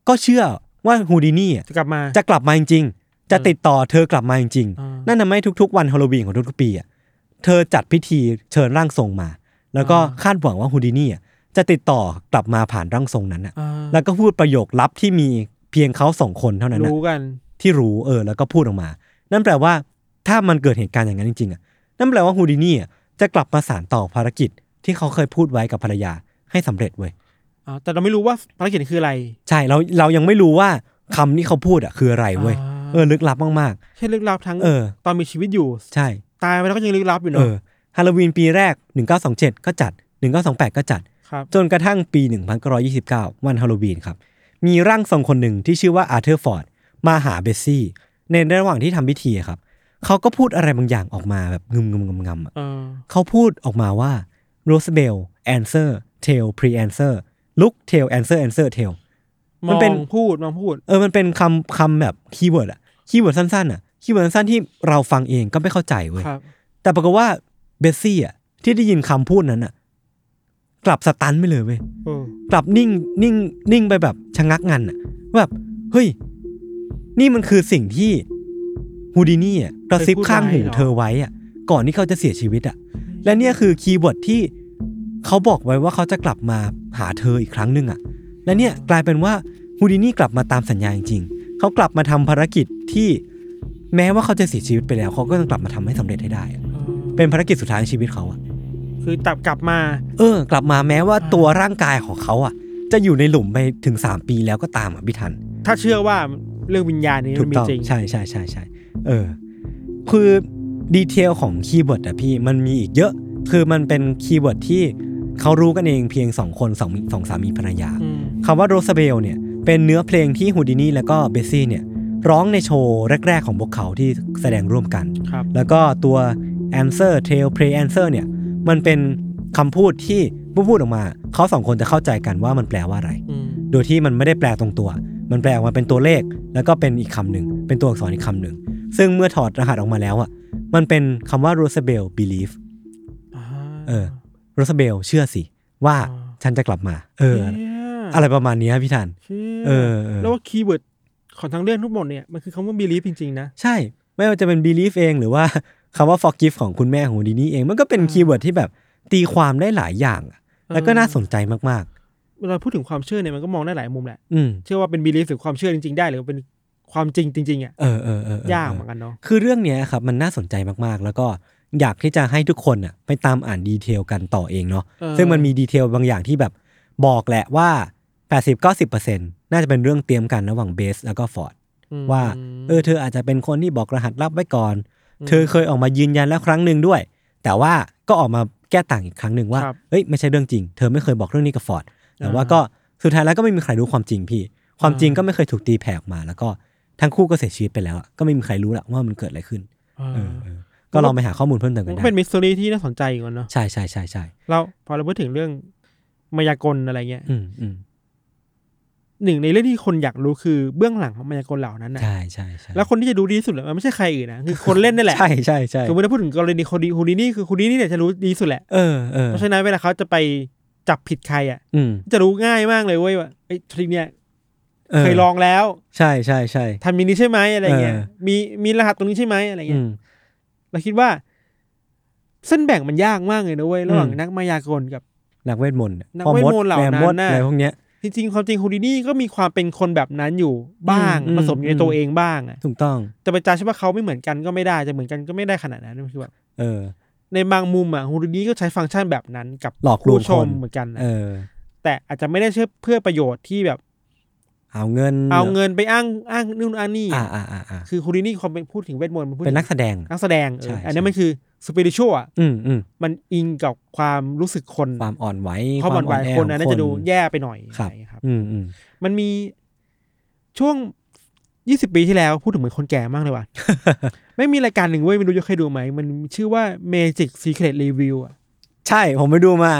ก็เชื่อว่าฮูดินี่อะ
จะกลับมา
จะกลับมาจริงๆ จะติดต่อเธอกลับมาจริง
อ่า
ๆ
นั่
นั่นทำให้ทุกๆ วันฮาโลวีนของทุกๆปีอะเธอจัดพิธีเชิญร่างทรงมา แล้วก็คาดหวังว่าฮูดินี่อะจะติดต่อกลับมาผ่านร่างทรงนั้นอะ
อ่า
แล้วก็พูดประโยคลับที่มีเพียงเขาสองคนเท่านั้นอะ
รู้กัน
ที่รู้เออแล้วก็พูดออกมา นั่นแปลว่าถ้ามันเกิดเหตุการณ์อย่างนั้นจริงๆอ่ะนั่นแปลว่าฮูดินี่อะจะกลับมาสานต่อภารกิจที่เขาเคยพูดไว้กับภรรยาให้สำเร็จเว้ย
อ่าแต่เราไม่รู้ว่าภารกิจนี้คืออะไร
ใช่เราเรายังไม่รู้ว่าคำที่เขาพูดอ่ะคืออะไรเว้ย
อ่า
เออลึกลับมาก
ใช่ลึกลับทั้ง
ๆ เออ
ตอนมีชีวิตอยู่
ใช่
ตายไปแล้วก็ยังลึกลับอยู่
เอ
เนาะ
อฮาโลวีนปีแรก 1927 ก็จัด 1928 ก็จัด
ครับ
จนกระทั่งปี 1929 วันฮาโลวีนครับ มีร่างทรงคนหนึ่งที่ชื่อว่าอาร์เธอร์ฟอร์ดมาหาเบสซี่ ในระหว่างที่ทำพิธีอะครับ เขาก็พูดอะไรบางอย่างออกมาแบบงึมงึมงำงำอะ
เออ
เขาพูดออกมาว่า Roosevelt answer tail pre answer look tail answer answer tail
ม
มัน
อง
เป็น
พูดมองพูด
เออ มันเป็นคำคำแบบคีย์เวิร์ดอะคีย์เวิร์ดสั้นๆอะคีย์เวิร์ดสั้นๆที่เราฟังเองก็ไม่เข้าใจเว้ย
ครับ
แต่ปรากฏว่าเบสซี่อะที่ได้ยินคำพูดนั้นอะกลับสตันไปเลยเว้ย
เออก
ลับนิ่งนิ่งนิ่งไปแบบชะงักงันอะว่าแบบเฮ้ย นี่มันคือสิ่งที่ฮูดินี่อะกระซิบข้างหูเธอไว้อะก่อนที่เขาจะเสียชีวิตอะและเนี่ยคือคีย์เวิร์ดที่เขาบอกไว้ว่าเขาจะกลับมาหาเธออีกครั้งหนึ่งอะ และเนี่ยกลายเป็นว่าฮูดินี่กลับมาตามสัญญาจริงๆเขากลับมาทำภารกิจที่แม้ว่าเขาจะเสียชีวิตไปแล้วเขาก็ต้องกลับมาทำให้สำเร็จให้ได้อะเป็นภารกิจสุดท้ายในชีวิตเขาอะ
คือตับกลับมา
เออ กลับมาแม้ว่าตัวร่างกายของเขาอะจะอยู่ในหลุมไปถึง 3 ปีแล้วก็ตามอะพี่ทัน
ถ้าเชื่อว่าเรื่องวิญญาณนี้
ถูก
มันมี
ต้อง
จริง
ใช่ใช่ใช่ใช่เออ คือดีเทลของคีย์เวิร์ดอะพี่มันมีอีกเยอะ คือมันเป็นคีย์เวิร์ดที่เขารู้กันเองเพียงสองคนสองสองสามีภรรยา
อืม
คำว่าโรสเบลเนี่ยเป็นเนื้อเพลงที่ฮูดินี่แล้วก็เบสซี่เนี่ยร้องในโชว์แรก ๆ ของพวกเขาที่แสดงร่วมกัน
ครับ
แล้วก็ตัว answer tail play answer เนี่ยมันเป็นคำพูดที่ผู้พูดออกมาเขาสองคนจะเข้าใจกันว่ามันแปลว่าอะไร
อืม
โดยที่มันไม่ได้แปลตรงตัว มันแปลออกมาเป็นตัวเลข แล้วก็เป็นอีกคำหนึ่ง เป็นตัวอักษรอีกคำหนึ่ง ซึ่งเมื่อถอดรหัสออกมาแล้วอ่ะ มันเป็นคำว่า Roosevelt belief
อ่า
เออ Roosevelt เชื่อสิ ว่า
อ๋อ
ฉันจะกลับมา เออ
ชี่ย
อะไรประมาณเนี้ยพี่ทัน
ชี่ย
เออเออ
แล้วว่าคีย์เวิร์ดของทั้งเรื่องทั้งหมดเนี่ยมันคือคำว่า belief จริงๆนะ
ใช่ ไม่ว่าจะเป็น belief เองหรือว่า คำว่า forgive ของคุณแม่ของดินี่เอง มันก็เป็นคีย์เวิร์ดที่แบบตีความได้หลายอย่างอะแล้วก็น่าสนใจมาก
เวลาพูดถึงความเชื่อเนี่ยมันก็มองได้หลายมุมแหละ
ๆ อืม
เชื่อว่าเป็น belief หรือความเชื่อจริงๆ ได้หรือเป็นความจริงจริงๆอ่ะ
เออเออเออเออ
ยากเหมือนกันเนาะ
คือเรื่องเนี้ยครับมันน่าสนใจมากๆ แล้วก็อยากที่จะให้ทุกคนอ่ะไปตามอ่านดีเทลกันต่อเองเนาะ
เออ
ซึ่งมันมีดีเทลบางอย่างที่แบบบอกแหละว่า 80-90%น่าจะเป็นเรื่องเตรียมกันระหว่างเบสแล้วก็ฟอร์ด
อืม
ว่าเออเธออาจจะเป็นคนที่บอกรหัสลับไว้ก่อน
อืม
เธอเคยออกมายืนยันแล้วครั้งหนึ่งด้วย แต่ว่าก็ออกมาแก้ต่างอีกครั้งหนึ่งว่า
ครับ
เอ้ยไม่ใช่เรื่องจริง เธอไม่เคยบอกเรื่องนี้กับฟอร์ดแต่
อ่า
ว่าก็สุดท้ายแล้วก็ไม่มีใครรู้ความจริงพี่ ความจริงก็ไม่เคยถูกตีแผ่ออกมา แล้วก็ทั้งคู่ก็เสียชีวิตไปแล้วอะก็ไม่มีใครรู้ละว่ามันเกิดอะไรขึ้น
เออ
เออเออก็ลองไปหาข้อมูลเพิ่มเติม
มั
กัน น
ก็
ได้
เป็นมิส t ต r รีที่น่าสนใจอยู่กันเนาะ
ใช่ใช่ใช่ใช่
เราพอเราพูดถึงเรื่องมายากลอะไรเงี้ย
อืมอืม
หนึ่งในเรื่องที่คนอยากรู้คือเบื้องหลังของมายากลเหล่านั้นนะ
ใช่ใช่ใช่
แล้วคนที่จะรู้ดีที่สุดอะมันไม่ใช่ใครอื่นนะคือคนเล่นนี่แหละ
ใช่ใช่ใช่
สมมติถ้าพูดถึงกรณีคนดีคนนี้นี่คือคนนี้นี่เนี่ยจะรู้ดีที่สุดแหละ
เออเออ
เพราะฉะนั้นเวลาเขาจะไปจับผิดใครอ่ะ
อืม
จะรู้ง่ายมากเลยเว้ยว่าไอ้ทริคเนี่ย
เออ
เคยลองแล้ว
ใช่ใช่ใช่
ทำมินิใช่ไหมอะไรเงี้ย
เออ
มีมีรหัสตรงนี้ใช่ไหมอะไร
อื
เงี้ย
ม
เราคิดว่า เส้นแบ่งมันยากมากเลยนะเว้ยระหว่าง
อืม
นักมายากลกับ
นักเวทมนต์อะ
นัก
พ่อมด
เวทมนต์เหล่า
แม่มด
นั้นน่ะ
อะไรพวกเนี้ย
จริงๆความจริงฮูดินี่ก็มีความเป็นคนแบบนั้นอยู่บ้าง
อืม
ผสมอยู่ใน
อืม
ตัวเองบ้างอะ
ถูกต้อง
จะไปจ้าใช่ว่าเขาไม่เหมือนกันก็ไม่ได้จะเหมือนกันก็ไม่ได้ขนาดนั้นมันคือแบบ
เออ
ในบางมุมอ่ะฮูดินี่ก็ใช้ฟังก์ชันแบบนั้นกับ
หลอกลวง
ผู้ชม
คน
เหมือนกันนะ
เออ
แต่อาจจะไม่ได้เชื่อเพื่อประโยชน์ที่แบบ
เอาเงิน
เอาเงินไปอ้างอ้างนู่นอ้างนี่
อ่าอ่าอ่าอ่า
คือฮูดินี่ความเป็นพูดถึงเวทมนต์มันพูด
เป็
ถึ
น
ง
นักแสดง
นักแสดงเอ
ใช่
อ
ใช่
อันนี้มันคือสปิริชวลอ่ะ
อืมอืม
มันอิงกับความรู้สึกคน
ความอ่อนไหว
เขาบ่อนไหว
แ
คนนั้น
ขง
น่าจะดูแย่ไปหน่อย
ครับ
อะไอย่างเงี้ยครับ
อืมอืม
มันมีช่วงยี่สิบปีที่แล้วพูดถึงเหมือนคนแก่มากเลย
<laughs>
ว่ะ ไม่มีรายการหนึ่งเว้ยไม่รู้จะเคยดูไหม มันชื่อว่า Magic Secret Review อ่ะ
ใช่ผมไปดูมา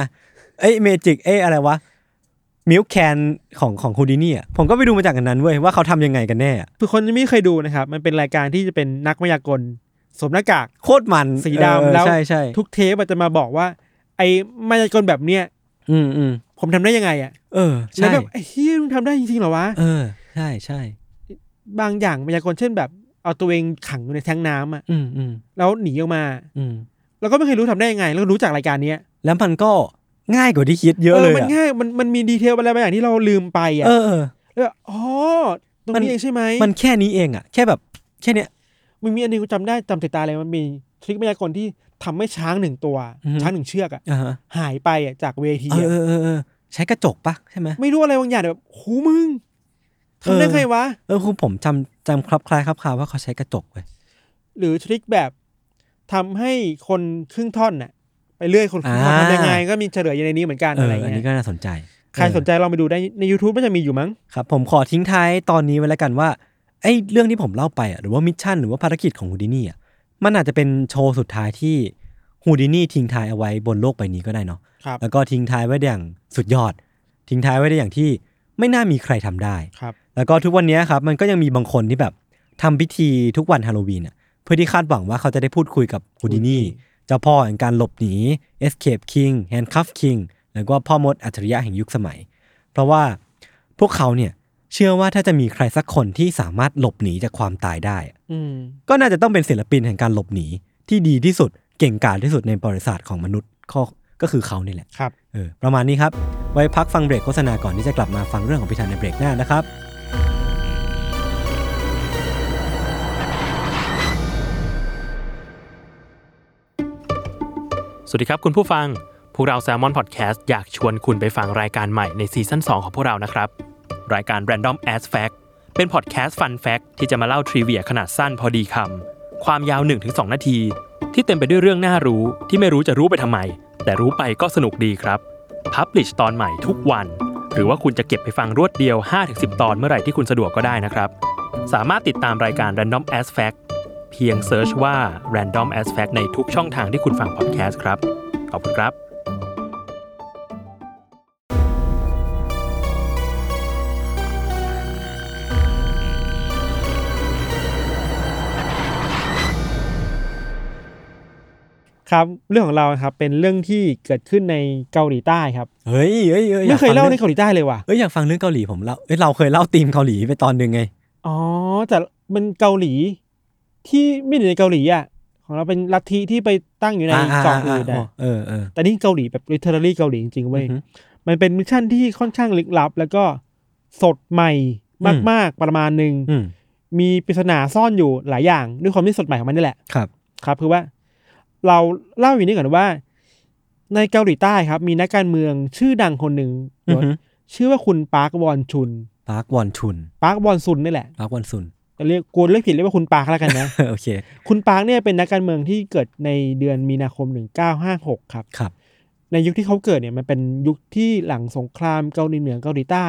เอ้ยเมจิกเอ้ยอะไรวะมิลแคนของของฮูดินี่อ่ะผมก็ไปดูมาจากอันนั้นเว้ยว่าเขาทำยังไงกันแน่อะ
คือคนที่ไม่เคยดูนะครับ มันเป็นรายการที่จะเป็นนักมายากลสวมหน้ากาก
โคตรมัน
สีดำ
เออ
แล้ว
ใช่ใช่
ทุกเทปอะจะมาบอกว่า ไอ้มายากลแบบเนี้ย
อืมอืม
ผมทำได้ยังไงอ่ะ
เออ
แล้
ใช่
วแบบไอ้เฮียมึงทำได้จริงๆเหรอวะ
เออ ใช่ใช่
บางอย่างมายากลเช่นแบบ เอาตัวเองขังอยู่ในแทงน้ำอ่ะ
อืมอืม
แล้วหนีออกมา
อืม
เราก็ไม่เคยรู้ทำได้ยังไง แล้วรู้จากรายการเนี้ย
แล้วมันก็ง่ายกว่าที่คิดเยอะเลย
มัน
อะ
ง่ายมันมันมีดีเทลอะไรบางอย่างที่เราลืมไปอ่ะ
เออเออ
แล้วแบบอ๋อตรง
มัน
นี้เองใช่ไหม
มันแค่นี้เองอ่ะ แค่แบบแค่เนี้ย
มันมีอันหนึงกูจำได้จำติดตาเลยมันมีทริคมายากลที่ทำให้ช้างหนึ่งตัว
อือฮึ
ช้างหนึ่งเชือกอ่ะ
อ่าฮะ
หายไปอ่ะจากเวที
เออ
อะ
เออเออเออใช้กระจกปะใช่ไหม
ไม่รู้อะไรบางอย่างแบบหูมึงทำได้
เออ
ไงวะ
เออคือผมจำจำครับคล้ายครับคาว่าเขาใช้กระจกเว้ย
หรือทริคแบบทำให้คนครึ่งท่อนน่ะ ไปเรื่อยคนครึ่งท่อนทำยังไงก็มีเฉลยอยู่ในนี้เหมือนกัน
เอ
อะไร
ออัน
เงี้
นี้
ย
ก็น่าสนใจ
ใครสนใจลองไปดูได้ใน YouTube น่าจะมีอยู่มั้ง
ครับ ผมขอทิ้งท้ายตอนนี้ไว้แล้วกันว่าไอ้เรื่องที่ผมเล่าไปอ่ะหรือว่ามิชชั่นหรือว่าภารกิจของฮูดินี่อ่ะมันอาจจะเป็นโชว์สุดท้ายที่ฮูดินี่ทิ้งท้ายเอาไว้บนโลกใบนี้ก็ได้เนาะ
ครับ
แล้วก็ทิ้งท้ายไว้ได้อย่างสุดยอด ทิ้งท้ายไว้ได้อย่างที่ไม่น่ามีใครทำได้
ครับ
แล้วก็ทุกวันนี้ครับมันก็ยังมีบางคนที่แบบทำพิธีทุกวันฮาโลวีนอ่ะเพื่อที่คาดหวังว่าเขาจะได้พูดคุยกับฮูดินี่เจ้าพ่อแห่งการหลบหนี Escape King Handcuff King แล้วก็พ่อมดอัจฉริยะแห่งยุคสมัย เพราะว่าพวกเขาเนี่ยเชื่อว่าถ้าจะมีใครสักคนที่สามารถหลบหนีจากความตายได้อะ
อืม
ก็น่าจะต้องเป็นศิลปินแห่งการหลบหนีที่ดีที่สุดเก่งกาจที่สุดในบริษัทของมนุษย์ข้อก็คือเขานี่แหละ
ครับ
เออประมาณนี้ครับ ไว้พักฟังเบรกโฆษณาก่อนที่จะกลับมาฟังเรื่องของพิธันในเบรกหน้านะครับ
สวัสดีครับคุณผู้ฟัง พวกเรา Salmon Podcast อยากชวนคุณไปฟังรายการใหม่ในซีซั่น2 ของพวกเรานะครับ รายการ Random As Fact เป็น podcast Fun Fact ที่จะมาเล่าทริเวียขนาดสั้นพอดีคำ ความยาว 1-2 นาที ที่เต็มไปด้วยเรื่องน่ารู้ที่ไม่รู้จะรู้ไปทำไม แต่รู้ไปก็สนุกดีครับ Publish ตอนใหม่ทุกวัน หรือว่าคุณจะเก็บไปฟังรวดเดียว 5-10 ตอนเมื่อไหร่ที่คุณสะดวกก็ได้นะครับ สามารถติดตามรายการ Random As Fact เพียงเซิร์ชว่า Random As Fact ในทุกช่องทางที่คุณฟัง podcast ครับ ขอบคุณครับ
ครับ เรื่องของเราครับเป็นเรื่องที่เกิดขึ้นในเกาหลีใต้ครับ
เฮ้ยเฮ้ยฮ้
ไม่เคย
อฟัง
เล่าใน
รื่อง
เกาหลีใต้เลยว่ะ
เอ้ยอยากฟังเรื่องเกาหลีผมเล่าเอ้ยเราเคยเล่าธีมเกาหลีไปตอนหนึ่งไง
อ๋อแต่มันเกาหลี ที่ไม่ได้อยู่ในเกาหลีอ่ะของเราเป็นลัทธิที่ไปตั้งอยู่ในเกาะอื่นอะ
เออเออ
แต่นี่เกาหลีแบบ literally เกาหลีจริงๆเว้ย
อือฮึ
มันเป็นมิชชั่นที่ค่อนข้างลึกลับ แล้วก็สดใหม่
อืม
มากๆประมาณหนึ่ง
อืม
มีปริศนาซ่อนอยู่หลายอย่างด้วยความที่สดใหม่ของมันนี่แหละ
ครับ
ครับคือว่าเราเล่าอย่างนี้ก่อนว่า ในเกาหลีใต้ครับ มีนักการเมืองชื่อดังคนหนึ่ง
อือฮึ
ชื่อว่าคุณปาร์ควอนชุน
ปาร์ควอนชุน
ปาร์ควอนซุนนี่แหละ
ปาร์ควอนซุน
แต่เรียกกูเรียกผิดเรียกว่าคุณปาร์คแล้วกันนะ
<laughs> โอเค
คุณปาร์คเนี่ยเป็นนักการเมืองที่เกิดในเดือนมีนาคม 1956 ครับ
ครับ
ในยุคที่เขาเกิดเนี่ยมันเป็นยุคที่หลังสงครามเกาหลีเหนือเกาหลีใต้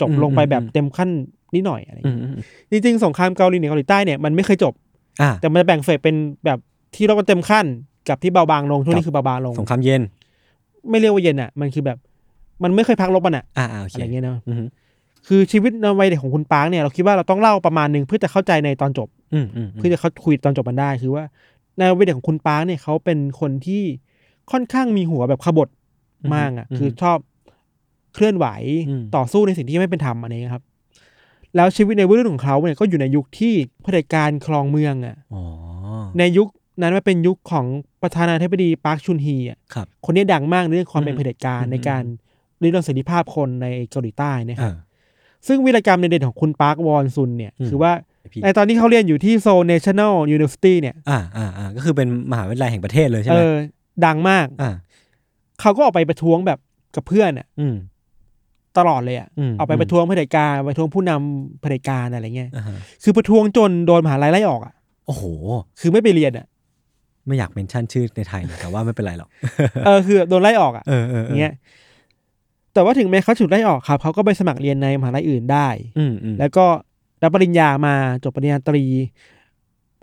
จบลงไปแบบ
อืมอืม
เต็มขั้นนิดหน่อยอะไรอย่าง
อื
เงี้ย
มอืม
จริงๆสงครามเกาหลีเหนือเกาหลีใต้เนี่ยมันไม่เคยจบ
อ่า
แต่มันจะแบ่งเฟสเป็นแบบที่รบกันเต็มขั้นกับที่เบาบางลงช่วง
ครั
นี้
บ
คือเบาบางลง
สงครามเย็น
ไม่เรียกว่าเย็นอ่ะ มันคือแบบ มันไม่เคยพักรบมันอ่ะ
อ่าอ่าโอเค
อะไรเงี้ยเนาะ
อืม
คือชีวิตในวัยเด็กของคุณปาร์คเนี่ยเราคิดว่าเราต้องเล่าประมาณหนึ่งเพื่อจะเข้าใจในตอนจบ
อืมอืม
เพื่อจะเขาคุยตอนจบมันได้คือว่าในวัยเด็กของคุณปาร์คเนี่ยเขาเป็นคนที่ค่อนข้างมีหัวแบบขบฏมากอ่ะ คือ อชอบเคลื่อนไหว
อืม
ต่อสู้ในสิ่งที่ไม่เป็นธรรมอะไรเงี้ยครับ แล้วชีวิตในวัยรุ่นของเขาเนี่ยก็อยู่ในยุคที่เผด็จการครองเมืองอ่ะ
อ๋อ
ในยุคนั้นมันเป็นยุคของประธานาธิบดีปาร์คชุนฮีอ่ะ
ครับ
คนนี้ดังมากในเรื่องความเป็น
อืม
เผด็จการ
อืม
ในการริดรอนเสรีภาพคนในเกาหลีใต้นะค
อ่า
รับซึ่งวีรกรรมเด่นๆของคุณปาร์ควอนซุนเนี่ย
อืม
คือว่า
พี่
ในตอนที่เขาเรียนอยู่ที่โซเนชั่นแนลยูนิเวอร์ซิตี้เนี่ย
อ่าอ่าอ่าก็คือเป็นมหาวิทยาลัยแห่งประเทศเลยใช่
เอ
ไหม
อดังมาก
อ่า
เขาก็ออกไปประท้วงแบบกับเพื่อนอ่ะ
อืม
ตลอดเลยอ่ะ
อืม
ออกไปประท้วงเผด็จการประท้วงผู้นำเผด็จการอะไรเงี้ย
อ่าฮะ
คือประท้วงจนโดนมหาลัยไล่ออกอ่ะ
โอ้โห
คือไม่ไปเรียนอ่ะ
ไม่อยากเมนชั่นชื่อในไทยเลยแต่ว่าไม่เป็นไรหรอก
เออคือโดนไล่ออกอ่ะ
เออเออออ
เงี้ย แต่ว่าถึงแม้เขาถูกไล่ออกครับ เขาก็ไปสมัครเรียนในมหาลัยอื่นได้
อืมอืม
แล้วก็รับปริญญามาจบปริญญาตรี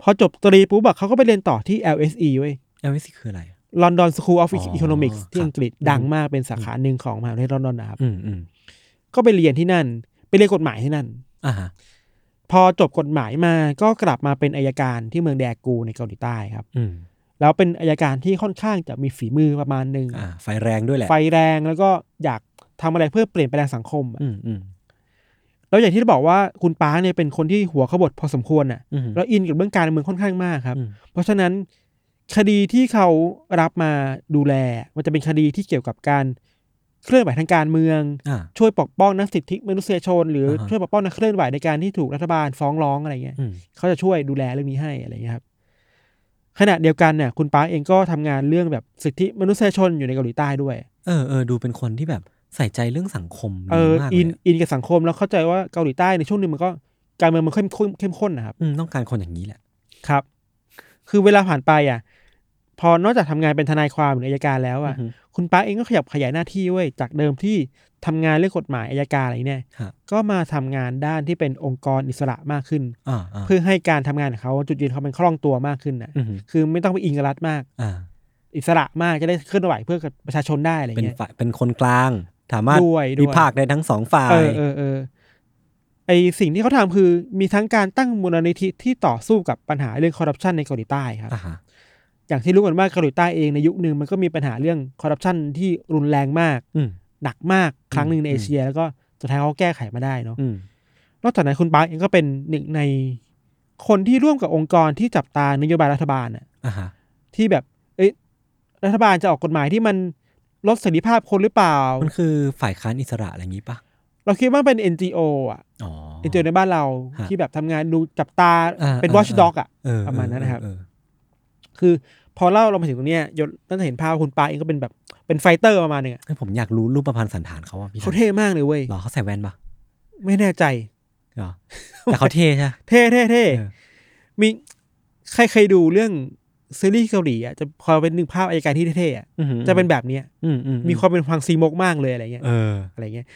พอจบตรีปุ๊บอะเขาก็ไปเรียนต่อที่ LSE เว้ย
เอลวิสคืออะไร
London School of
อ๋อ
Economics ที่
ครับ
อังกฤษดังมากเป็นสาขาหนึ่งของมหาวิทยาลัยลอนดอนนะครับ
อืมอืม
ก็ไปเรียนที่นั่น ไปเรียนกฎหมายที่นั่น
อ่าฮะ
พอจบกฎหมายมาก็กลับมาเป็นอายการที่เมืองแดกูในเกาหลีใต้ครับ
อืม
แล้วเป็นอายการที่ค่อนข้างจะมีฝีมือประมาณหนึ่ง
อ่า ไฟแรงด้วยแหละ
ไฟแรงแล้วก็อยากทำอะไรเพื่อเปลี่ยนแปลงสังคมอะ
อืมอืม
แล้วอย่างที่บอกว่าคุณป้าเนี่ยเป็นคนที่หัวขบถพอสมควรน่ะ
อืม
แล้วอินกับเรื่องการเมืองค่อนข้างมากครับ
อืม
เพราะฉะนั้นคดีที่เขารับมาดูแล มันจะเป็นคดีที่เกี่ยวกับการเคลื่อนไหวทางการเมือง
อ่า
ช่วยปกป้องนักสิทธิมนุษยชน หรืออา
ฮะ
ช่วยปกป้องนักเคลื่อนไหวในการที่ถูกรัฐบาลฟ้องร้องอะไรเงี้ย
อืม
เขาจะช่วยดูแลเรื่องนี้ให้อะไรเงี้ยครับขณะเดียวกันเนี่ยคุณป้าเองก็ทำงานเรื่องแบบสิทธิมนุษยชนอยู่ในเกาหลีใต้ด้วย
เออเออดูเป็นคนที่แบบใส่ใจเรื่องสังคม
เอ
ดี
อ
มากเล
อิ
ย
น
อะ
อินกับสังคมแล้วเข้าใจว่าเกาหลีใต้ในช่วงหนึงมันก็การเมืองมันเข้มข้นเข้มข้นนะครับ
มต้องการคนอย่างนี้แหละ
ครับ คือเวลาผ่านไปอ่ะ พอนอกจากทำงานเป็นทนายความหรืออัยการแล้วอ่ะ
อือฮึ
คุณปาร์คเองก็ขยับขยายหน้าที่เว้ย จากเดิมที่ทำงานเรื่องกฎหมายอัยการอะไรเนี่ย
ครับ
ก็มาทำงานด้านที่เป็นองค์กรอิสระมากขึ้น
อ่าอ่า
เพื่อให้การทำงานของเขาจุดยืนเขาเป็นคล่องตัวมากขึ้นนะ
อืม
คือไม่ต้องไปอิงกับรัฐมาก
อ่า
อิสระมากจะได้เคลื่อนไหวเพื่อกับประชาชนได้อะไร
เป็น
เงี้ย
ฝ่ายเป็นคนกลาง สามารถ
ด้วยด้วย
วิพากษ์ได้ทั้งสองฝ่า
เอย อเออเออไอสิ่งที่เขาทำคือมีทั้งการตั้งมูลนิธิที่ต่อสู้กับปัญหาเรื่องคอร์รัปชันในเกาหลีใต้ครับ
อ่าฮะ
อย่างที่รู้กันว่าเกาหลีใต้เองในยุคหนึ่งมันก็มีปัญหาเรื่องคอร์รัปชันที่รุนแรงมาก
อืม
หนักมากครั้งหนึ่งใน
อืม
เอเชีย แล้วก็สุดท้ายเขาแก้ไขมาได้เนาะ
อืม
นอกจากนั้นคุณปาร์คเองก็เป็นหนึ่งในคนที่ร่วมกับองค์กรที่จับตานโยบายรัฐบาลน่ะ
อ่าฮะ
ที่แบบ เอ้ยรัฐบาลจะออกกฎหมายที่มัน ลดเสรีภาพคนหรือเปล่า
มันคือฝ่ายค้านอิสระอะไรอย่างนี้ปะ
เราคิดว่าเป็น NGO อ่ะ
อ๋อ
NGO ในบ้านเรา
ฮะ
ที่แบบทำงานดูจับตา
อ่า
เป็น
อ่า
watch dog อ่ะ
เออ
ประมาณนั้นนะครับ
เออเออ
คือพอเล่าเรามาถึงตรงเนี้ยยศน่าจะเห็นภาพว่าคุณปาเองก็เป็นแบบเป็นไฟเตอร์ประมาณหนึงอะ
เออผมอยากรู้รูปประพันธ์สันฐานเขาอ่ะพี่
เขาเท่มากเลยเว้ย
หรอเขาใส่แว่นปะ
ไม่แน่ใจ
เหร <laughs> อแต่เขาเท่ใช่ปะ
เท่เท่เท่
เออ
มีใครเคยดูเรื่องซีรีส์เกาหลีอ่ะจะพอเป็นหนึ่งภาพอายการที่เท่ๆอ่ะ
อื้อหือ
จะเป็นแบบเนี้ย
อือือื
มีความเป็นฟังซีมกมากเลยอะไรเงี้ย
เออ
อะไรเงี้ย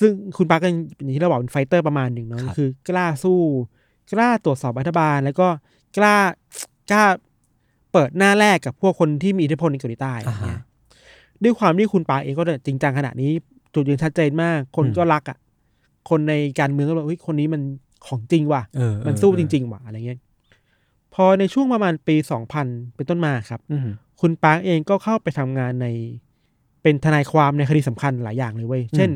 ซึ่งคุณปาร์คก็อย่างที่เราบอกเป็นไฟเตอร์ประมาณหนึ่งเนาะ
ครับ
คือกล้าสู้ กล้าตรวจสอบรัฐบาล แล้วก็กล้ากล้าเปิดหน้าแรกกับพวกคนที่มีอิทธิพลในเกาหลีใต้อะไร
อ่าฮะ
เงี้ยด้วยความที่คุณปาร์คเองก็จริงจังขนาดนี้ จุดยืนชัดเจนมาก คนก็รักอ่ะคนในการเมืองก็บอกเฮ้ยคนนี้มันของจริงว่ะ
เออเออ
มันสู้จริงๆว่ะอะไรเงี้ย พอในช่วงประมาณปี 2000 เป็นต้นมาครับ
ๆอือหือ
คุณปาร์คเองก็เข้าไปทำงานใน เป็นทนายความในคดีสำคัญหลายอย่างเลยเว้ย
อืม
เช่น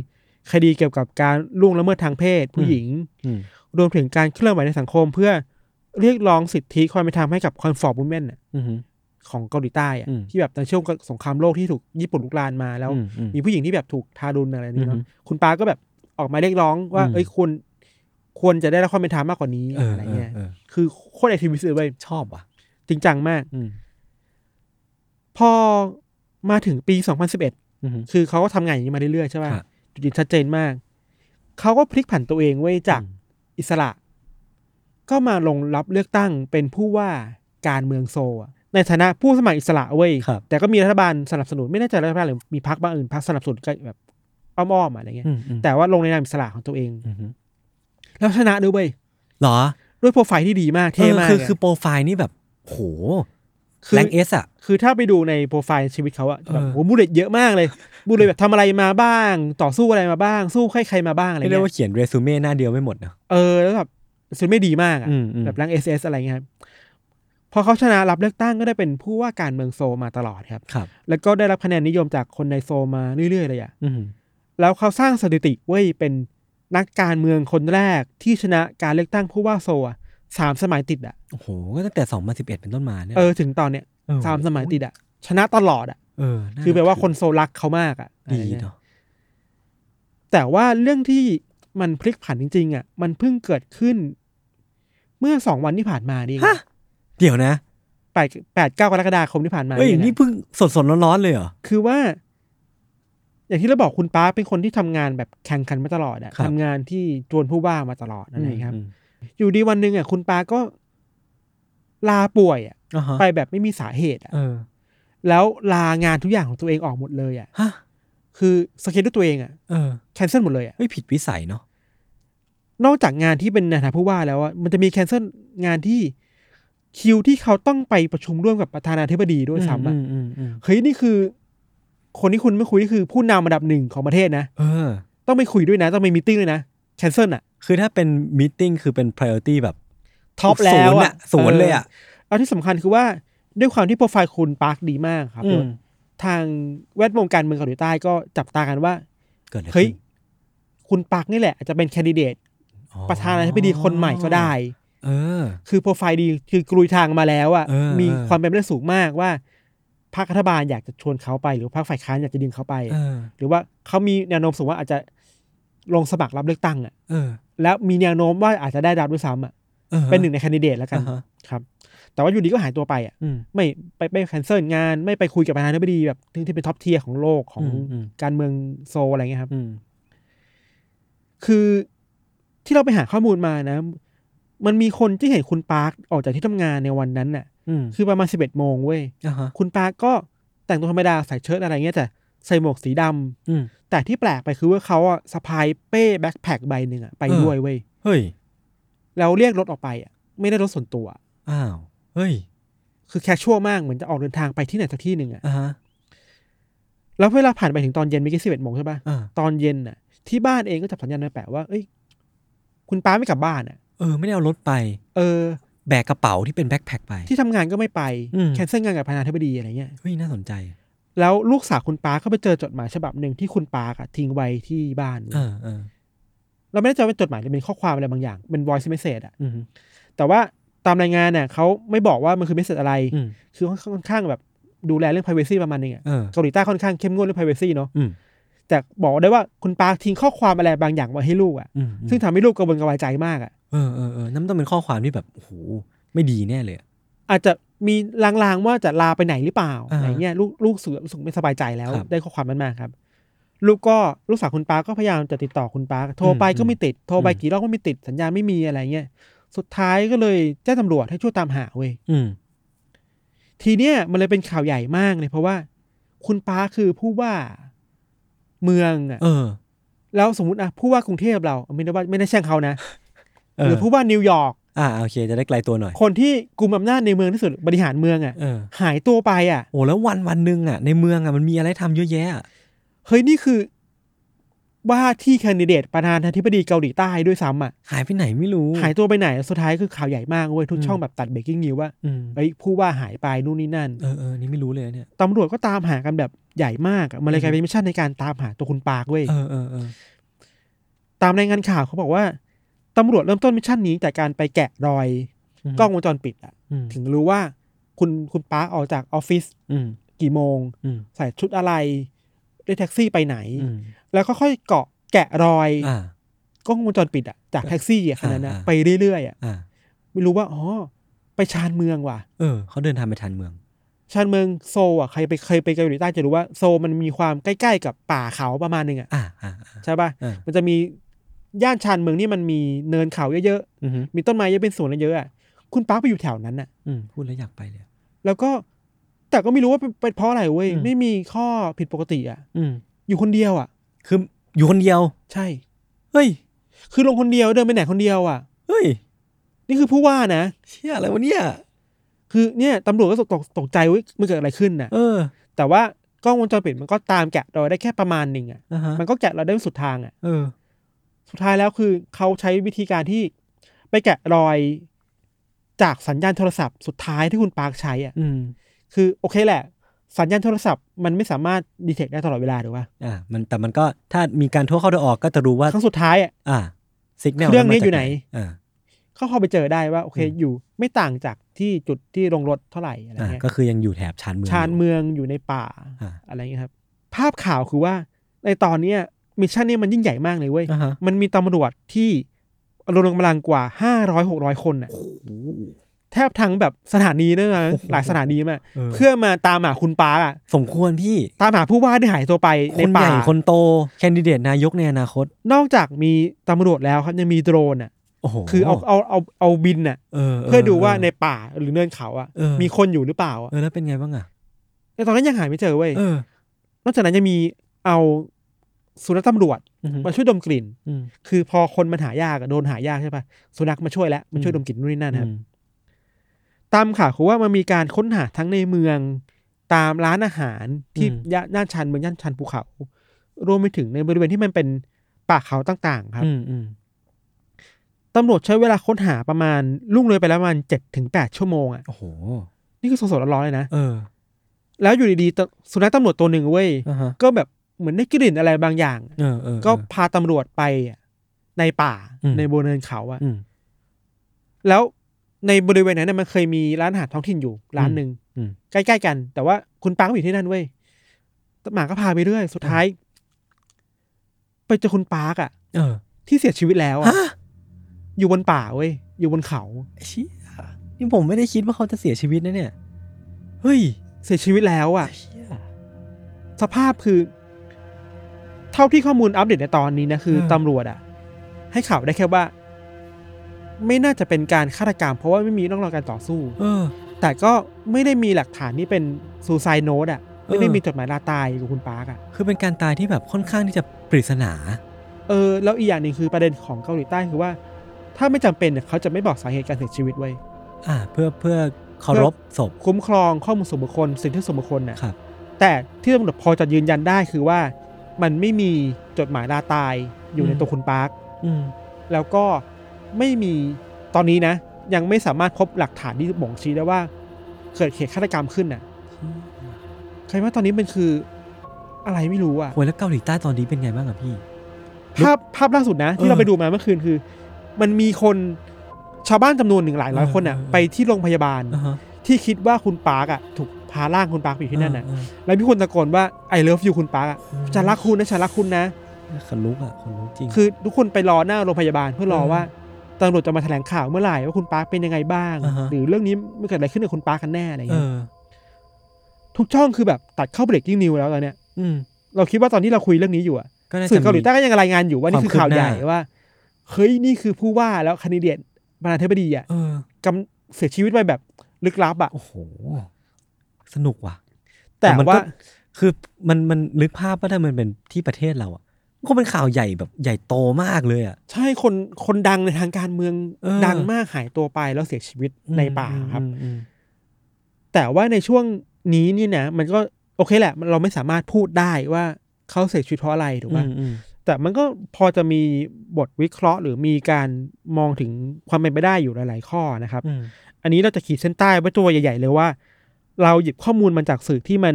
คดีเกี่ยวกับการล่วงละเมิดทางเพศ ผู้
อืม
หญิง
อืม
รวมถึงการเคลื่อนไหวในสังคม เพื่อเรียกร้องสิทธิความเป็นธรรมให้กับคอนฟอร์ w ู m มน
อือหือ
ของเกาหลีใต้อะ
อืม
ที่แบบในช่วงสงครามโลกที่ถูกญี่ปุ่นลุกลานมาแล้ว
อืมอืม
มีผู้หญิงที่แบบถูกทารุณอะไรนี่
อื
เนาะ
อฮึ
คุณปาก็แบบออกมาเรียกร้องว่า
อืม
เอ้ยควรควรจะได้รับความเป็นธรรมมากกว่านี้
เออ
อะไรเงี้ย
เออเออ
คือโคตรแอคทีวิสต์เลย
ชอบอ่ะ
จริงจังมาก
อืม
พอมาถึงปี 2011
อือหือ
คือเขาก็ทำงานอย่างนี้มาเรื่อยๆใช่ป่ะ
ครับ
จุดยืนชัดเจนมาก เขาก็พลิกผันตัวเองไว้ยจากอิสระ ก็มาลงรับเลือกตั้งเป็นผู้ว่าการเมืองโซลอะในฐานะผู้สมัครอิสระเว้ย
ครับ
แต่ก็มีรัฐบาลสนับสนุนไม่แน่ใจรัฐบาลหรือมีพรรคบางอื่นพรรคสนับสนุนก็แบบอ้อมๆอะไรเงี้ย
อืมอืม
แต่ว่าลงในนามอิสระของตัวเอง
อือหือ
แล้วชนะด้วยเว้ย
เหรอ
ด้วยโปรไฟล์ที่ดีมากเท่
อ
มาก
อคือ
อะ
คือโปรไฟล์นี่แบบโห
คือ
แรงเอสอ่ะ
คือถ้าไปดูในโปรไฟล์ชีวิตเขาอะ
เออ
แบบโหบูเลตเยอะมาก
<laughs>
เลยบูเลตแบบทำอะไรมาบ้าง ต่อสู้อะไรมาบ้าง สู้ใครใครมาบ้างอะไร
เรีย
เงี้
กว่าย เขียนเรซูเม่หน้าเดียวไม่หมดนะ
เออแล้วแบบสุดไม่ดีมากอะ
อืมอืม
แบบแรงเอสเอสอะไรเงี้ยครับพอเขาชนะรับเลือกตั้งก็ได้เป็นผู้ว่าการเมืองโซลมาตลอดครับ
ครับ
แล้วก็ได้รับคะแนนนิยมจากคนในโซลมาเรื่อยๆเลยอะ
อืม
แล้วเขาสร้างสถิติเว้ยเป็นนักการเมืองคนแรกที่ชนะการเลือกตั้งผู้ว่าโซลอะสามสมัยติดอะ
โอ้โหก็ตั้งแต่ 2011 เป็นต้นมาเนี่ย
เออถึงตอนเนี้ย
เออ
สามสมัยติดอะชนะตลอดอะ
เออน่
คือแปลว่าคนโซลรักเขามากอะอะไร
ดี
เงี้ย
เนาะ
แต่ว่าเรื่องที่มันพลิกผันจริงๆอ่ะมันเพิ่งเกิดขึ้น เมื่อสองวันที่ผ่านมานี่เอง
ฮะเดี๋ยวนะ
แปดแปดเก้ากรกฎาคมที่ผ่านมา
เอ้ย
เองะ
นี่เพิ่งสดสดๆร้อนๆเลยเหรอ
คือว่า อย่างที่เราบอกคุณป้าเป็นคนที่ทำงานแบบแข่งขันมาตลอดอ่ะ
ครับ
ทำงานที่จวนผู้ว่ามาตลอดอะไรอย่างเงี้ยครับ
อืม
อยู่ดีวันหนึ่งอ่ะคุณป้าก็ลาป่วยอ่ะ
อ่าฮะ
ไปแบบไม่มีสาเหตุอ่ะ
เออ
แล้วลางานทุกอย่างของตัวเองออกหมดเลยอ่ะ
ฮะ
คือสเก็ตด้วยตัวเองอ่ะ
เออ
แคนเซิลหมดเลยอ่ะ
เฮ้ยผิดวิสัยเนาะ
นอกจากงานที่เป็นในฐานะผู้ว่าแล้วอะมันจะมีแคนเซิลงานที่คิวที่เขาต้องไปประชุมร่วมกับประธานาธิบดีด้วยซ้ำอะ
อืมอืมอืม
เฮ้ยนี่คือ คนที่คุณไม่คุยนี่คือผู้นำระดับหนึ่งของประเทศนะ
เออ
ต้องไปคุยด้วยนะ ต้องไปมีติ้งด้วยนะแคนเซิลอะ
คือถ้าเป็นมีติ้งคือเป็น priority แบบ
ท็อปแล้วอะ
ศูนย์เลยอ่ะ
เอาที่สำคัญคือว่าด้วยความที่โปรไฟล์คุณปาร์คดีมากครับ
อืม
ทางแวดวงการเมืองเกาหลีใต้ก็จับตากันว่า
เกิดอะไร
เฮ้ย
ขึ้น
คุณปาร์คนี่แหละอาจจะเป็นแคนดิเดต
อ๋อ
ประธานาธิบดีคนใหม่ก็ได้
เออ
คือโปรไฟล์ดีคือกลุยทางมาแล้วอะ
เออ
มี
เออ
ความเป็นไปได้สูงมากว่าพรรครัฐบาลอยากจะชวนเขาไป หรือพรรคฝ่ายค้านอยากจะดึงเขาไป
เออ
หรือว่าเขามีแนวโน้มสูงว่าอาจจะลงสมัครรับเลือกตั้งอะ
เออ
แล้วมีแนวโน้มว่าอาจจะได้รับด้วยซ้ำอะ
ออฮะ
เป็นหนึ่งในแคนดิเดตแล้วกัน
อ่าฮะ
ครับ แต่ว่าอยู่ดีก็หายตัวไปอะ
อืม
ไม่ไปไปแคนเซิลงาน ไม่ไปคุยกับประธานาธิบดีแบบที่ที่เป็นท็อปเทียร์ของโลกของ
อืมอืม
การเมืองโซลอะไรเงี้ยครับ
อืม
คือที่เราไปหาข้อมูลมานะ มันมีคนที่เห็นคุณปาร์คออกจากที่ทำงานในวันนั้นน่ะ
อืม
คือประมาณสิบเอ็ดโมงเว้ย
อ่าฮะ
คุณปาก็แต่งตัวธรรมดาใส่เชิ้ตอะไรเงี้ยแต่ใส่หมวกสีดำ
อืม
แต่ที่แปลกไปคือว่าเขาอะสะพายเป้แบ็คแพคใบหนึ่งอะไป
เออ
ด้วยเว้ย
เฮ้ย
แล้วเรียกรถออกไปอะไม่ได้รถส่วนตัว
อ้าวเฮ้ย
คือแคชชัวมากเหมือนจะออกเดินทางไปที่ไหนสักที่หนึ่งอะ
อ่าฮะ
แล้วเวลาผ่านไปถึงตอนเย็นไม่กี่สิบเอ็ดโมงใช่ปะ
อ่า
ตอนเย็นน่ะที่บ้านเองก็จับสัญญาณไว้แปะว่า เอ้ย คุณป้าไม่กลับบ้านอะ
เออ ไม่ได้เอารถไป
เออ
แบกกระเป๋าที่เป็นแบ็คแพคไป
ที่ทำงานก็ไม่ไป
อืม
แคนเซิลงานกับพนาธิบดีอะไรเงี้ย
เฮ้ยน่าสนใจ
แล้วลูกสาวคุณป้าก็ไปเจอจดหมายฉบับหนึ่งที่คุณป้าอะทิ้งไว้ที่บ้านเว้ย
อ่าอ่า
เราไม่ได้จำเป็นจดหมายหรือเป็นข้อความอะไรบางอย่าง เป็น voice message อะ
อืม
แต่ว่าตามรายงานเนี่ยเขาไม่บอกว่ามันคือ message อะไร
อืม
คือค่อนข้างแบบ ดูแลเรื่อง p r i เวซีประมาณนึงอะ
เออ
เกาหลีใต้ค่อนข้างเข้มงวดเรื่อง p r i เวซีเนาะ
อืม
แต่บอกได้ว่าคุณปาร์คทิ้งข้อความอะไรบางอย่างไว้ให้ลูกอะ
อืม
ซึ่งทำให้ลูกกระวนกระวายใจมากอะ
เออเออเออนั่นต้องเป็นข้อความที่แบบโอ้โหไม่ดีแน่เลยอะ
อาจจะมีลางๆว่าจะลาไปไหนหรือเปล่า
อ่าฮะ
อะไรเงี้ยลูกลูกรู้สึกรู้สึกไม่สบายใจแล้ว
ครับ
ได้ข้อความนั้นมาครับ ลูกก็ลูกสาวคุณปาร์คก็พยายามจะติดต่อคุณปาร์คโทรไป
อืม
ก็ไม่ติดโทรไป
อืม
กี่รอบก็ไม่ติดสัญญาณไม่มีอะไรเงี้ยสุดท้ายก็เลยแจ้งตำรวจให้ช่วยตามหาเว้ย
อืม
ทีเนี้ยมันเลยเป็นข่าวใหญ่มากเลยเพราะว่าคุณป้าคือผู้ว่าเมืองอ่ะ
เออ
แล้วสมมติอ่ะผู้ว่ากรุงเทพเราไม่ได้ว่าไม่ได้แช่งเขานะ
เอ
ห
อ
รือผู้ว่านิวยอร์ก
อ่าโอเคจะได้ไกลตัวหน่อย
คนที่กุมอำนาจในเมืองที่สุดบริหารเมืองอ่ะ
เออ
หายตัวไปอ่ะ
โอ้แล้ววันวันหนึ่งอ่ะในเมืองอ่ะมันมีอะไรทำเยอะแยะอะ
เฮ้ยนี่คือว่าที่แคนดิเดตประธานาธิบดีเกาหลีใต้ด้วยซ้ำอ่ะ
หายไปไหนไม่รู้
หายตัวไปไหนสุดท้ายคือข่าวใหญ่มากเว้ยทุก
อืม
ช่องแบบตัดเบรกกิ้งนิวว่า
อืม
เอ้ยผู้ว่าหายไปนู่นนี่นั่น
เออเออนี่ไม่รู้เลยอะเนี่ย
ตำรวจก็ตามหากันแบบใหญ่มากอะมันเลยกลายเป็นมิชชั่นในการตามหาตัวคุณปาร์คเว้ย
เออเออเออ
ตามรายงานข่าวเขาบอกว่า ตำรวจเริ่มต้นมิชชั่นนี้จากการไปแกะรอยกล้องวงจรปิดอะ
อืม
ถึงรู้ว่าคุณคุณป้าออกจากออฟฟิศ
อืม
กี่โมง
อืม
ใส่ชุดอะไรได้แท็กซี่ไปไหน
อืม
แล้วค่อยๆเกาะแกะรอย
อ่า
กล้องวงจรปิดอะจากแท็กซี่อะคันนั้นนะ
อ่าอ่า
ไปเรื่อยๆอะ
อ่า
ไม่รู้ว่าอ๋อไปชานเมืองว่ะ
เออเขาเดินทางไปทันเมือง
ชานเมืองโซลอะใครไปเคยไปเกาหลีใต้จะรู้ว่าโซลมันมีความใกล้ๆกับป่าเขาประมาณหนึงอะ
อ่าอ่าอ่า
ใช่ป่ะ
เออ
มันจะมีย่านชานเมืองนี่มันมีเนินเขาเยอะๆ
อืม
มีต้นไม้เยอะเป็นสวนอะไรเยอะอ่ะ คุณป้าไปอยู่แถวนั้นน่ะ
อืมพูดแล้วอยากไปเลยอะ
แล้วก็แต่ก็ไม่รู้ว่าเป็นเป็นเพราะอะไรเว้ย
อืม
ไม่มีข้อผิดปกติอ่ะ
อืม
อยู่คนเดียวอ่ะ
คืออยู่คนเดียว
ใช่
เฮ้ย
คือลงคนเดียวเดินไปไหนคนเดียวอ่ะ
เฮ้ย
นี่คือผู้ว่านะ
เชี่ยอะไรวะเนี่ย
คือเนี่ยตำรวจก็ตกตกตกใจเว้ยมันเกิดอะไรขึ้นน่ะ
เออ
แต่ว่ากล้องวงจรปิดมันก็ตามแกะรอยได้แค่ประมาณหนึ่งอ่ะ
อ่าฮะ
มันก็แกะเราได้ไม่สุดทางอ่ะ
เออ
สุดท้ายแล้วคือเขาใช้วิธีการที่ไปแกะรอยจากสัญญาณโทรศัพท์สุดท้ายที่คุณปาร์คใช้อ่ะ
อืม
คือโอเคแหละ สัญญาณโทรศัพท์มันไม่สามารถดีเทคได้ตลอดเวลาถูกป่ะ
อ่ามันแต่มันก็ถ้ามีการโทรเข้าโทรออกก็จะรู้ว่า
ครั้งสุดท้ายอ่ะ
อ่าสัญญาณ
เครื่องนี้อยู่ไหน
อ่า
เขาเข้าไปเจอได้ว่าโอเค
อืม
อยู่ไม่ต่างจากที่จุดที่ลงรถเท่าไหร่อะไร
อ่า
เงี้ย
ก็คือยังอยู่แถบชานเมือง
ชาน
อยู่
เมืองอยู่ในป่า
อ่า
อะไรเงี้ยครับ ภาพข่าวคือว่าในตอนเนี้ยมิชชั่นนี้มันยิ่งใหญ่มากเลยเว้ย
อ่าฮะ
มันมีตำรวจที่รวมกำลังกว่าห้าร้อยหกร้อยคนน่ะแทบทั้งแบบสถานีนั่นนะหลายสถานีมาก
เออ
เพื่อมาตามหาคุณปาร์คอะ
สมควรพี่
ตามหาผู้ว่าที่หายตัวไป
ค
ใน
นให
ป่า
ญ่คนโต แคนดิเดตนายกในอนาคต
นอกจากมีตำรวจแล้วครับยังมีโดรนอ่ะ
โอ้โห
คือเอาเอาเอาเอาบินอ่ะ
เออ
เพื่อดูว่าในป่าหรือเนินเขาอ่ะ
เออ
มีคนอยู่หรือเปล่าอ่ะ
เออแล้วเป็นไงบ้างอ่ะ
แต่ตอนนั้นยังหาไม่เจอเว้ย
เออน
อกจากนั้นยังมีเอาสุนัขตำรวจ
อืม
มาช่วยดมกลิ่น
อืม
คือพอคนมันหายากอะโดนหายากใช่ปะสุนัขมาช่วยแล้วมาช่วย
อื
ด
ม
มกลิ่นนู่นนี่นั่นนะครับตามข่าวคือว่ามันมีการค้นหาทั้งในเมืองตามร้านอาหารที่
อืม
ย่านย่านชันเมืองย่านชันภูเขา รวมไปถึงในบริเวณที่มันเป็นป่าเขาต่างๆ ครับ
อืมอืม
ตำรวจใช้เวลาค้นหาประมาณลุ่งเลยไปแล้วประมาณเจ็ดถึงแปดชั่วโมงอ่ะ
โอ้โห
นี่คือสดๆร้อนๆเลยนะ
เออ
แล้วอยู่ดีๆตำสุนัขตำรวจตัวหนึ่งเว้ย
อ่าฮะ
ก็แบบเหมือนได้กลิ่นอะไรบางอย่าง
เออเออ
ก็พาตำรวจไปอะในป่า
อืม
ในบนเนินเขาอะ
อืม
แล้วในบริเวณนั้นนะมันเคยมีร้านอาหารท้องถิ่นอยู่ร้านหนึ่ง
อืม
ใกล้ๆกัน แต่ว่าคุณปังก็อยู่ที่นั่นเว้ยหมาก็พาไปเรื่อยสุดท้าย ไปเจอคุณปาร์กอะ
เออ
ที่เสียชีวิตแล้วอะ
ฮะ
อยู่บนป่าเว้ยอยู่บนเขา
ไอ้เชี่ยนี่ผมไม่ได้คิดว่าเขาจะเสียชีวิตนะเนี่ย เฮ้ย
เสียชีวิตแล้วอะ
ไอ้เชี่ย
สภาพคือ เท่าที่ข้อมูลอัปเดตในตอนนี้นะคือ
เออ
ตำรวจอะให้ข่าวได้แค่ว่า ไม่น่าจะเป็นการฆาตกรรม เพราะว่าไม่มีร่องรอยการต่อสู้
เออ
แต่ก็ไม่ได้มีหลักฐานที่เป็นซูไซโนดอะไม่ได้
เออ
มีจดหมายลาตายของคุณปาร์กอะ
คือเป็นการตายที่แบบค่อนข้างที่จะปริศนา
เออแล้วอีกอย่างหนึ่งคือประเด็นของเกาหลีใต้คือว่า ถ้าไม่จำเป็นเนี่ยเขาจะไม่บอกสาเหตุการเสียชีวิตไว้ย
อ่า เพื่อเพื่อเคารพศพ
คุ้มครองข้อมูลส่วนบุคคลสิทธิส่วนบุคคลนะครับ แต่ที่ตำรวจพอจะยืนยันได้คือว่า มันไม่มีจดหมายลาตายอยู่ในตัวคุณปาร์ก
อืม
แล้วก็ไม่มีตอนนี้นะ ยังไม่สามารถพบหลักฐานที่บ่งชี้ได้ว่า เกิดเหตุฆาตกรรมขึ้นน่ะใครว่าตอนนี้มันคืออะไรไม่รู้อะ
โอ้ยแล้วเกาหลีใต้ตอนนี้เป็นไงบ้างอะพี่
ภาพภาพล่าสุดนะ ที่เราไปดูมาเมื่อคืนคือ มันมีคนชาวบ้านจำนวนหนึ่งหลายร้อยคนน่ะ
เออเออ
ไปที่โรงพยาบาล
อ่าฮะ
ที่คิดว่าคุณปาร์กอ่ะถูกพาร่างคุณปาร์กไปอยู่ที่นั่นอ่ะ
เออ
แล้วมีคนตะโกนว่าไอเลิฟยูคุณปาร์กอ่ะฉันรักคุณนะฉันรักคุณนะ
เออคนลุกอ่ะคนลุกจริง
คือทุกคนไปรอหน้าโรงพยาบาลเพื่อรอ
เออ
ว่าตำรวจจะมาแถลงข่าวเมื่อไหร่ว่าคุณปาร์คเป็นยังไงบ้าง
อ่าฮะ
หรือเรื่องนี้มันเกิดอะไรขึ้นกับคุณปาร์คกันแน่อะไร
เอ
เงี้ย
อ
ทุกช่องคือแบบตัดเข้าเบรกกิ้งนิวแล้วตอนเนี้ย
อืม
เราคิดว่าตอนที่เราคุยเรื่องนี้อยู่อะ
ก็น่าจะ
สื่อเกาหลีใต้
มี
ก็ยังรายงานอยู่ว่านี่คือ
ความคืบ
ข่าวใหญ่
หน้า
ว่าเฮ้ยนี่คือผู้ว่าแล้วคนดิเดตประธานาธิบดีอะ
เออ
กำเสียชีวิตไปแบบลึกลับอะ
โอ้โห สนุกว่ะ
แต่
มันก็
ว่า
คือมันมันนึกภาพว่าถ้ามันเป็นที่ประเทศเราอ่ะก็เป็นข่าวใหญ่แบบใหญ่โตมากเลยอ่ะ
ใช่คนคนดังในทางการเมือง
เออ
ดังมากหายตัวไปแล้วเสียชีวิตในป่าครับ
อืมอืม
แต่ว่าในช่วงนี้นี่นะมันก็โอเคแหละมันเราไม่สามารถพูดได้ว่าเขาเสียชีวิตเพราะอะไรถูก
อื
ป่ะ
มอืม
แต่มันก็พอจะมีบทวิเคราะห์ หรือมีการมองถึงความเป็นไปได้อยู่หลาย ๆ ข้อนะครับ
อืม
อันนี้เราจะขีดเส้นใต้ไว้ตัวใหญ่ ๆ เลยว่า เราหยิบข้อมูลมาจากสื่อที่มัน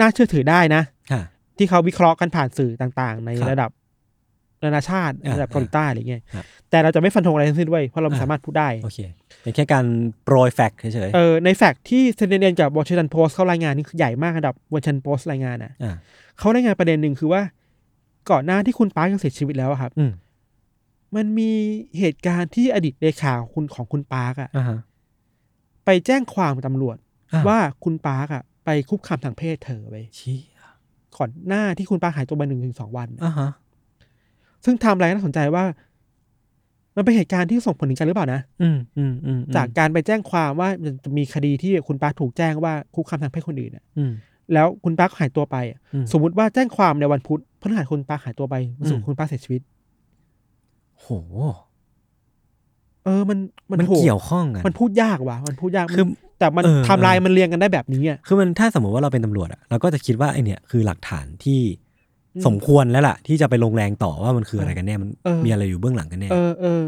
น่าเชื่อถือได้นะ
ค่ะ
ที่เขาวิเคราะห์กันผ่านสื่อต่างๆ ใน
ครับ
ระดับนานาชาติ
อ่า
ระดับเกาหลีใต้อะไรเงี้ย
ครับ
แต่เราจะไม่ฟันธงอะไรทั้งสิ้นไว้ยเพราะเราไม่
อ่า
สามารถพูดได้
โอเคเป็นแค่การโปรยแฟกต์เฉย
เออในแฟกต์ที่เซนเดนกับวอชิงตันโพสเขารายงานนี่คือใหญ่มากระดับวอชิงตันโพสรายงานอ่ะ
ๆอ่า
เขารายงานประเด็นหนึ่งคือว่า ก่อนหน้าที่คุณปาร์คจะเสียชีวิตแล้วอะครับ
อืม
มันมีเหตุการณ์ที่อดีตเลขาคุณของคุณปาร์คอะ
อ่าฮะ
ไปแจ้งความกับตำรวจ
อ่ะ
ว่าคุณปาร์คอะไปคุกคามทางเพศเธอไป
เชี้
ก่อนหน้าที่คุณปาร์คหายตัวไปหนึ่งถึงสองวันอะ
อ่าฮะ
ซึ่งไทำอะไรน่าสนใจว่า มันเป็นเหตุการณ์ที่ส่งผลถึงกันหรือเปล่านะ
อืมอืมอืมอืม
จากการไปแจ้งความว่ามันจะมีคดีที่คุณปาร์คถูกแจ้งว่าคุกคามทางเพศคนอื่นอะ
อืม
แล้วคุณปาร์คหายตัวไปอะ
อืม
สมมุติว่าแจ้งความในวันพุธพฤหัสคุณปาหายตัวไปวันศุก
อื
ร์
ม
คุณปาเสียชีวิต
โห
เออมันมัน
มัน
โหด
เกี่ยวข้องกัน
มันพูดยากว่ะมันพูดยากมัน
คือ
แต่มัน
เออ
ไทำลายมันเรียงกันได้แบบนี้อ่ะ
คือมันถ้าสมมติว่าเราเป็นตำรวจอะเราก็จะคิดว่าไอเนี่ยคือหลักฐานที่
อืม
สมควรแล้วล่ะ ที่จะไปลงแรงต่อว่ามันคืออะไรกันแน่มัน
เออ
มีอะไรอยู่เบื้องหลังกันแน่
เออเออ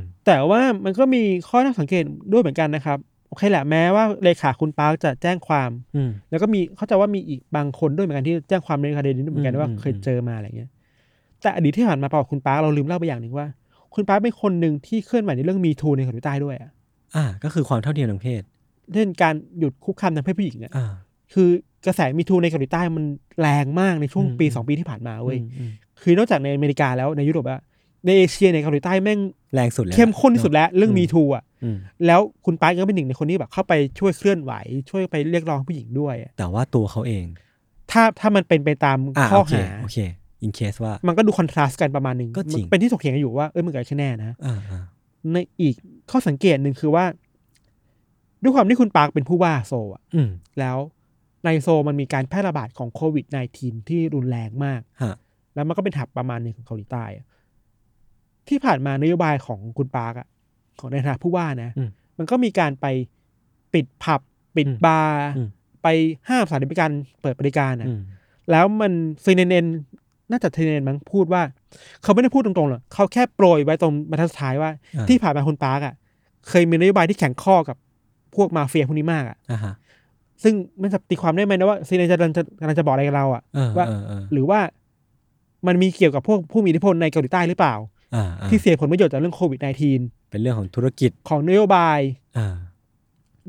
ม
แต่ว่ามันก็มีข้อน่าสังเกตด้วยเหมือนกันนะครับโอเคแหละแม้ว่าเลขาคุณปาจะแจ้งความ
อืม
แล้วก็มีเข้าใจว่ามีอีกบางคนด้วยเหมือนกันที่แจ้งความในคดีนี้ด้วยเหมือนกัน
อืม
ว่า
อืม
เคยเจอมาอะไรเงี้ย แต่อดีตที่ผ่านมาเปล่าคุณปาเราลืมเล่าไปอย่างหนึ่งว่า คุณปาเป็นคนหนึ่งที่เคลื่อนไหวในเรื่องมีทูในเกาหลีใต้ด้วยอ่ะ
อ่า ก็คือความเท่าเทียมทางเพศ
เรื่องการหยุดคุกคามทางเพศผู้หญิงอ่ะ
อ่า
คือกระแสมีทูในเกาหลีใต้มันแรงมากในช่วง
อืม
ปี
อืม
สองปีที่ผ่านมาเว้ย
อืมอืม
คือนอกจากในอเมริกาแล้วในยุโรปอะในเอเชียในเกาหลีใต้แม่ง
แรงสุดแล้ว
เข้มข้นที่สุด
เอะ
แล้วเรื่องมีทูอะ
อืม
แล้วคุณปาร์คก็เป็นหนึ่งในคนที่แบบเข้าไปช่วยเคลื่อนไหว ช่วยไปเรียกร้องผู้หญิงด้วยอะ
แต่ว่าตัวเขาเอง
ถ้าถ้ามันเป็นไปตาม
อ่า
ข้อ
โอเค
หา
โอเคอินเคสว่า
มันก็ดูคอนทราสต์กันประมาณหนึ่ง
ก็จริง
เป็นที่ถกเถียงกันอยู่ว่าเอ้ยมันเกิดอะไรขึ้นแน่นะ
อ่าอ่า
ในอีกข้อสังเกตหนึ่งคือว่า ด้วยความที่คุณปาร์คเป็นผู้ว่าโซอะ
อืม
แล้วในโซมันมีการแพร่ระบาดของโควิด -19 ที่รุนแรงมาก
ฮะ
แล้วมันก็เป็นถับประมาณหนึ่งของเกาหลีใต้อะที่ผ่านมานโยบายของคุณปาร์กอะของในฐานะผู้ว่านะ
อืม
มันก็มีการไปปิดผับ ปิด
อืม
บาร์
อืม
ไปห้ามสถานบริการเปิดบริการนะ
อืม
แล้วมันซีเนเนน่าจะซีเนเนมั้งพูดว่า เขาไม่ได้พูดตรงๆหรอกเขาแค่โปรยไว้ตรงบรรทัดสุดท้ายว่า
อ่า
ที่ผ่านมาคุณปาร์กอะเคยมีนโยบายที่แข่งข้อกับพวกมาเฟียพวกนี้มากอะ
อ่าฮะ
ซึ่งมันจะตีความได้ไหมนะว่าซีเนเนจะกำลังจะกำลังจะบอกอะไรกับเราอะ
เออ
ว่า
เออเออ
หรือว่ามันมีเกี่ยวกับพวกผู้มีอิทธิพลในเกาหลีใต้หรือเปล่า
อ่าอ่า
ที่เสียผลประโยชน์จากเรื่องโควิด
เป็นเรื่องของธุรกิจ
-19 ของนโยบาย
อ่าน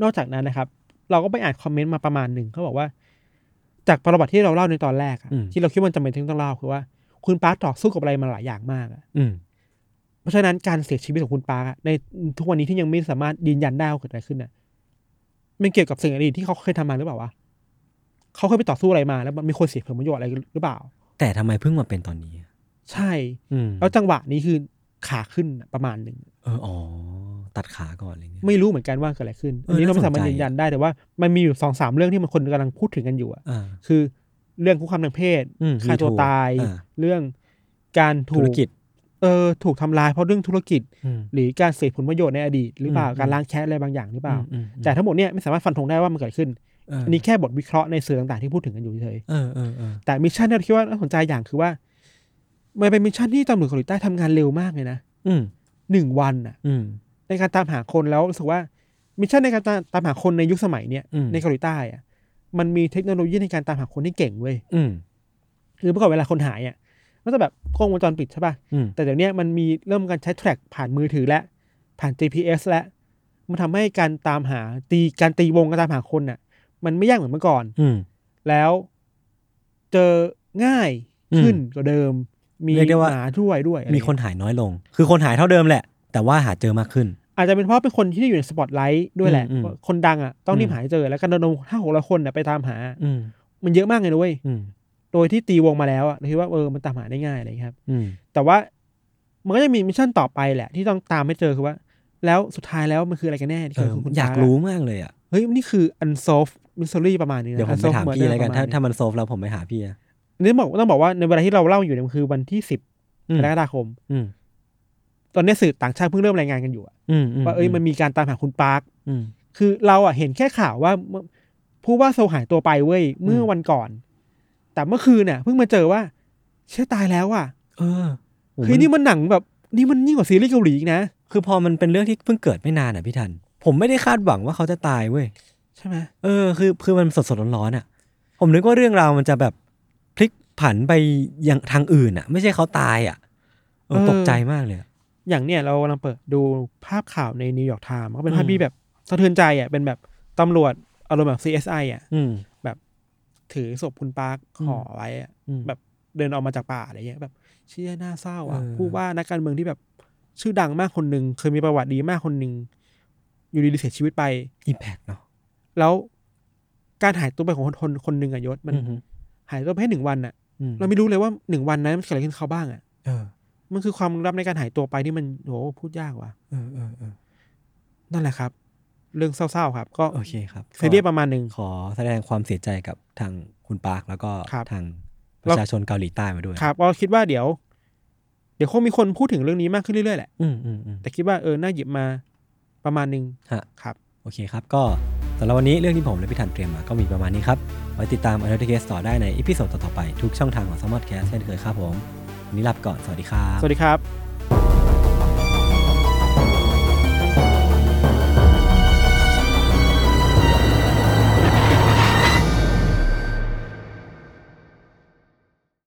อกจากนั้นนะครับ เราก็ไปอ่านคอมเมนต์มาประมาณหนึ่งเขาบอกว่า จากประวัติที่เราเล่าในตอนแรกอะที่เราคิดว่าจำเป็นที่ต้องเล่าคือว่า คุณปาร์คต่อสู้กับอะไรมาหลายอย่างมากอะ
อืม
เพราะฉะนั้นการเสียชีวิตของคุณปาร์คอะในทุกวันนี้ที่ยังไม่สามารถยืนยันได้ว่าเกิดอะไรขึ้นน่ะมันเกี่ยวกับสิ่งอดีตที่เขาเคยทำมาหรือเปล่าวะเขาเคยไปต่อสู้อะไรมาแล้วมันมีคนเสียผลประโยชน์อะไรหรือเปล่า
แต่ทำไมเพิ่งมาเป็นตอนนี้อะ
ใช่
อืม
แล้วจังหวะนี้คือขาขึ้นอะประมาณหนึ่ง
เอออ๋อตัดขาก่อนอะไรเงี้ย
ไม่รู้เหมือนกันว่าเกิดอะไรขึ้น
เออ
อันนี้เราไม่
น่าสนใจ
สามารถยืนยันได้แต่ว่ามันมีอยู่สองสามเรื่องที่มันคนกำลังพูดถึงกันอยู่อะ
อ่า
คือเรื่องคุกคามทางเพศ
อืม
ฆ่าตัว
MeToo
ตาย
อ่า
เรื่องการถู
ธุรกิจ
เออถูกทำลายเพราะเรื่องธุรกิจ
อืม
หรือการเสียผลประโยชน์ในอดีตหรือเปล่า
อืม
การล้างแค้นอะไรบางอย่างหรือเปล่า
อืมอืม
แต่ทั้งหมดเนี่ยไม่สามารถฟันธงได้ว่ามันเกิดขึ้น
เออ
อันนี้แค่บทวิเคราะห์ในสื่อต่างๆที่พูดถึงกันอยู่เฉย
เออเออเออ
ๆแต่มิชชั่นที่เราคิดว่าน่าสนใจอย่างคือว่ามันเป็นมิชชั่นที่ตำรวจเกาหลีใต้ทำงานเร็วมากเลยนะ
อืม
หนึ่งวันน่ะ
อืม
ในการตามหาคนแล้วรู้สึกว่ามิชชั่นในการตามตามหาคนในยุคสมัยเนี่ย
อืม
ในเกาหลีใต้อะมันมีเทคโนโลยีในการตามหาคนที่เก่งเว้ย
อืม
คือเมื่อก่อนเวลาคนหายอ่ะก็จะแบบกล้องวงจรปิดใช่ป่ะ
อืม
แต่เดี๋ยวเนี้ยมันมีเริ่มการใช้แทร็กผ่านมือถือและผ่าน GPS และ มันทำให้การตามหาตีการตีวงการตามหาคนน่ะ มันไม่ยากเหมือนเมื่อก่อน
อืม
แล้วเจอง่ายขึ้นกว่าเดิม มี
เรียกได้ว่า
หาช่วยด้วยอะไร
มีคนหายน้อยลง คือคนหายเท่าเดิมแหละ แต่ว่าหาเจอมากขึ้น
อาจจะเป็นเพราะเป็นคนที่อยู่ในสปอตไลท์ด้วยแหละ
อืมอืม
คนดังอ่ะต้องรีบหาให้เจอแล้วการระดมห้าหกร้อยคนน่ะไปตามหา
อืม
มันเยอะมากเลยนะเว้ย
อืม
โดยที่ตีวงมาแล้วอ่ะเราคิดว่าเออมันตามหาได้ง่ายอะไรอย่างเงี้ยครับ
อืม
แต่ว่ามันก็จะมีมิชชั่นต่อไปแหละ ที่ต้องตามให้เจอคือว่า แล้วสุดท้ายแล้วมันคืออะไรกันแน่ที่
เอ
เกิด
อ
ขึ้นคุณ
อยาก
ต
รู้มากเลยอ่ะ
เฮ้ยนี่คือ unsolved mystery ประมาณนี้นะ
เดี๋ยวผมไป
unsolved
ถาม
murder
พี่อะไรกัน
ประมณ
ถ้าถ้ามันโซฟแล้วผมไปหาพี่อะ
นี่บอกต้องบอกว่าในเวลาที่เราเล่าอยู่เนี่ยมันคือวันที่สิบก
อืม
รกฎาคม
อืม
ตอนนี้สื่อต่างชาติเพิ่งเริ่มรายงานกันอยู่อะ
อืม
ว่าเอ้ยมันมีการตามหาคุณปาร์ค
อืม
คือเราอะเห็นแค่ข่าวว่าเมื่อผู้ว่าโซหายตัวไปเว้ยเมื่ออ
ม
วันก่อน แต่เมื่อคืนเนี่ยเพิ่งมาเจอว่าเชื่อตายแล้วอะ
เออโอ้
เฮ้ยนี่มันหนังแบบนี่มันยิ่งกว่าซีรีส์เกาหลีอีกนะ
คือพอมันเป็นเรื่องที่เพิ่งเกิดไม่นานอ่ะพี่ทัน ผมไม่ได้คาดหวังว่าเขาจะตายเว้ย
ใช่ไหม
เออคือคือมันสดสดๆร้อนๆอ่ะ ผมนึกว่าเรื่องราวมันจะแบบพลิกผันไปอย่างทางอื่นอ่ะ ไม่ใช่เขาตายอ่ะเออ
เออ
ตกใจมากเลยอะ
อย่างเนี่ยเรากำลังเปิดดูภาพข่าวในนิวยอร์กไทม์ก็เป็นภาพ
อืม
ที่แบบสะเทือนใจอ่ะเป็นแบบตำรวจอารมณ์แบบ CSI อ่ะ
อืม
ถือศพคุณปาร์คห่อไว้อ่ะ
อืม
แบบเดินออกมาจากป่าอะไรเงี้ยแบบเชี่ยน่าเศร้าอ่ะ
เออ
ผู้ว่านักการเมืองที่แบบชื่อดังมากคนหนึ่งเคยมีประวัติดีมากคนหนึ่งอยู่ดีๆเสียชีวิตไป
อิมแพกเนาะ
แล้วการหายตัวไปของคนคนหนึ่งอะยศมัน
อืม
หายตัวไปแค่หนึ่งวันอ่ะ
อืม
เราไม่รู้เลยว่าหนึ่งวันนั้นมันเกิดอะไรขึ้นกับเขาบ้างอ่ะ
เออ
มันคือความลับในการหายตัวไปที่มันโหพูดยากว่ะ
เออเออเออ
นั่นแหละครับ เรื่องเศร้าๆครับ ก็
โอเคครับ
ซีรีส์ประมาณหนึ่ง
ขอแสดงความเสียใจกับทางคุณปาร์คแล้วก็
ครับ
ทางป
แล้ว
ระชาชนเกาหลีใต้มาด้วย
ครับก็คิดว่าเดี๋ยว เดี๋ยวคงมีคนพูดถึงเรื่องนี้มากขึ้นเรื่อยๆแหละ
อืมอืมอืม
แต่คิดว่าเออน่าหยิบมาประมาณหนึ่ง
ฮะ
ครับ
โอเคครับ ก็สำหรับวันนี้เรื่องที่ผมและพี่ทันเตรียมมาก็มีประมาณนี้ครับ ไว้ติดตาม a n o t h e r Case ต่อได้ในอีพิโซดต่อๆไปทุกช่องทางของ s ม m o t Cast เช่นเคยครับผม วันนี้ลาไปก่อน สวัสดีครับ
สวัสดีครับ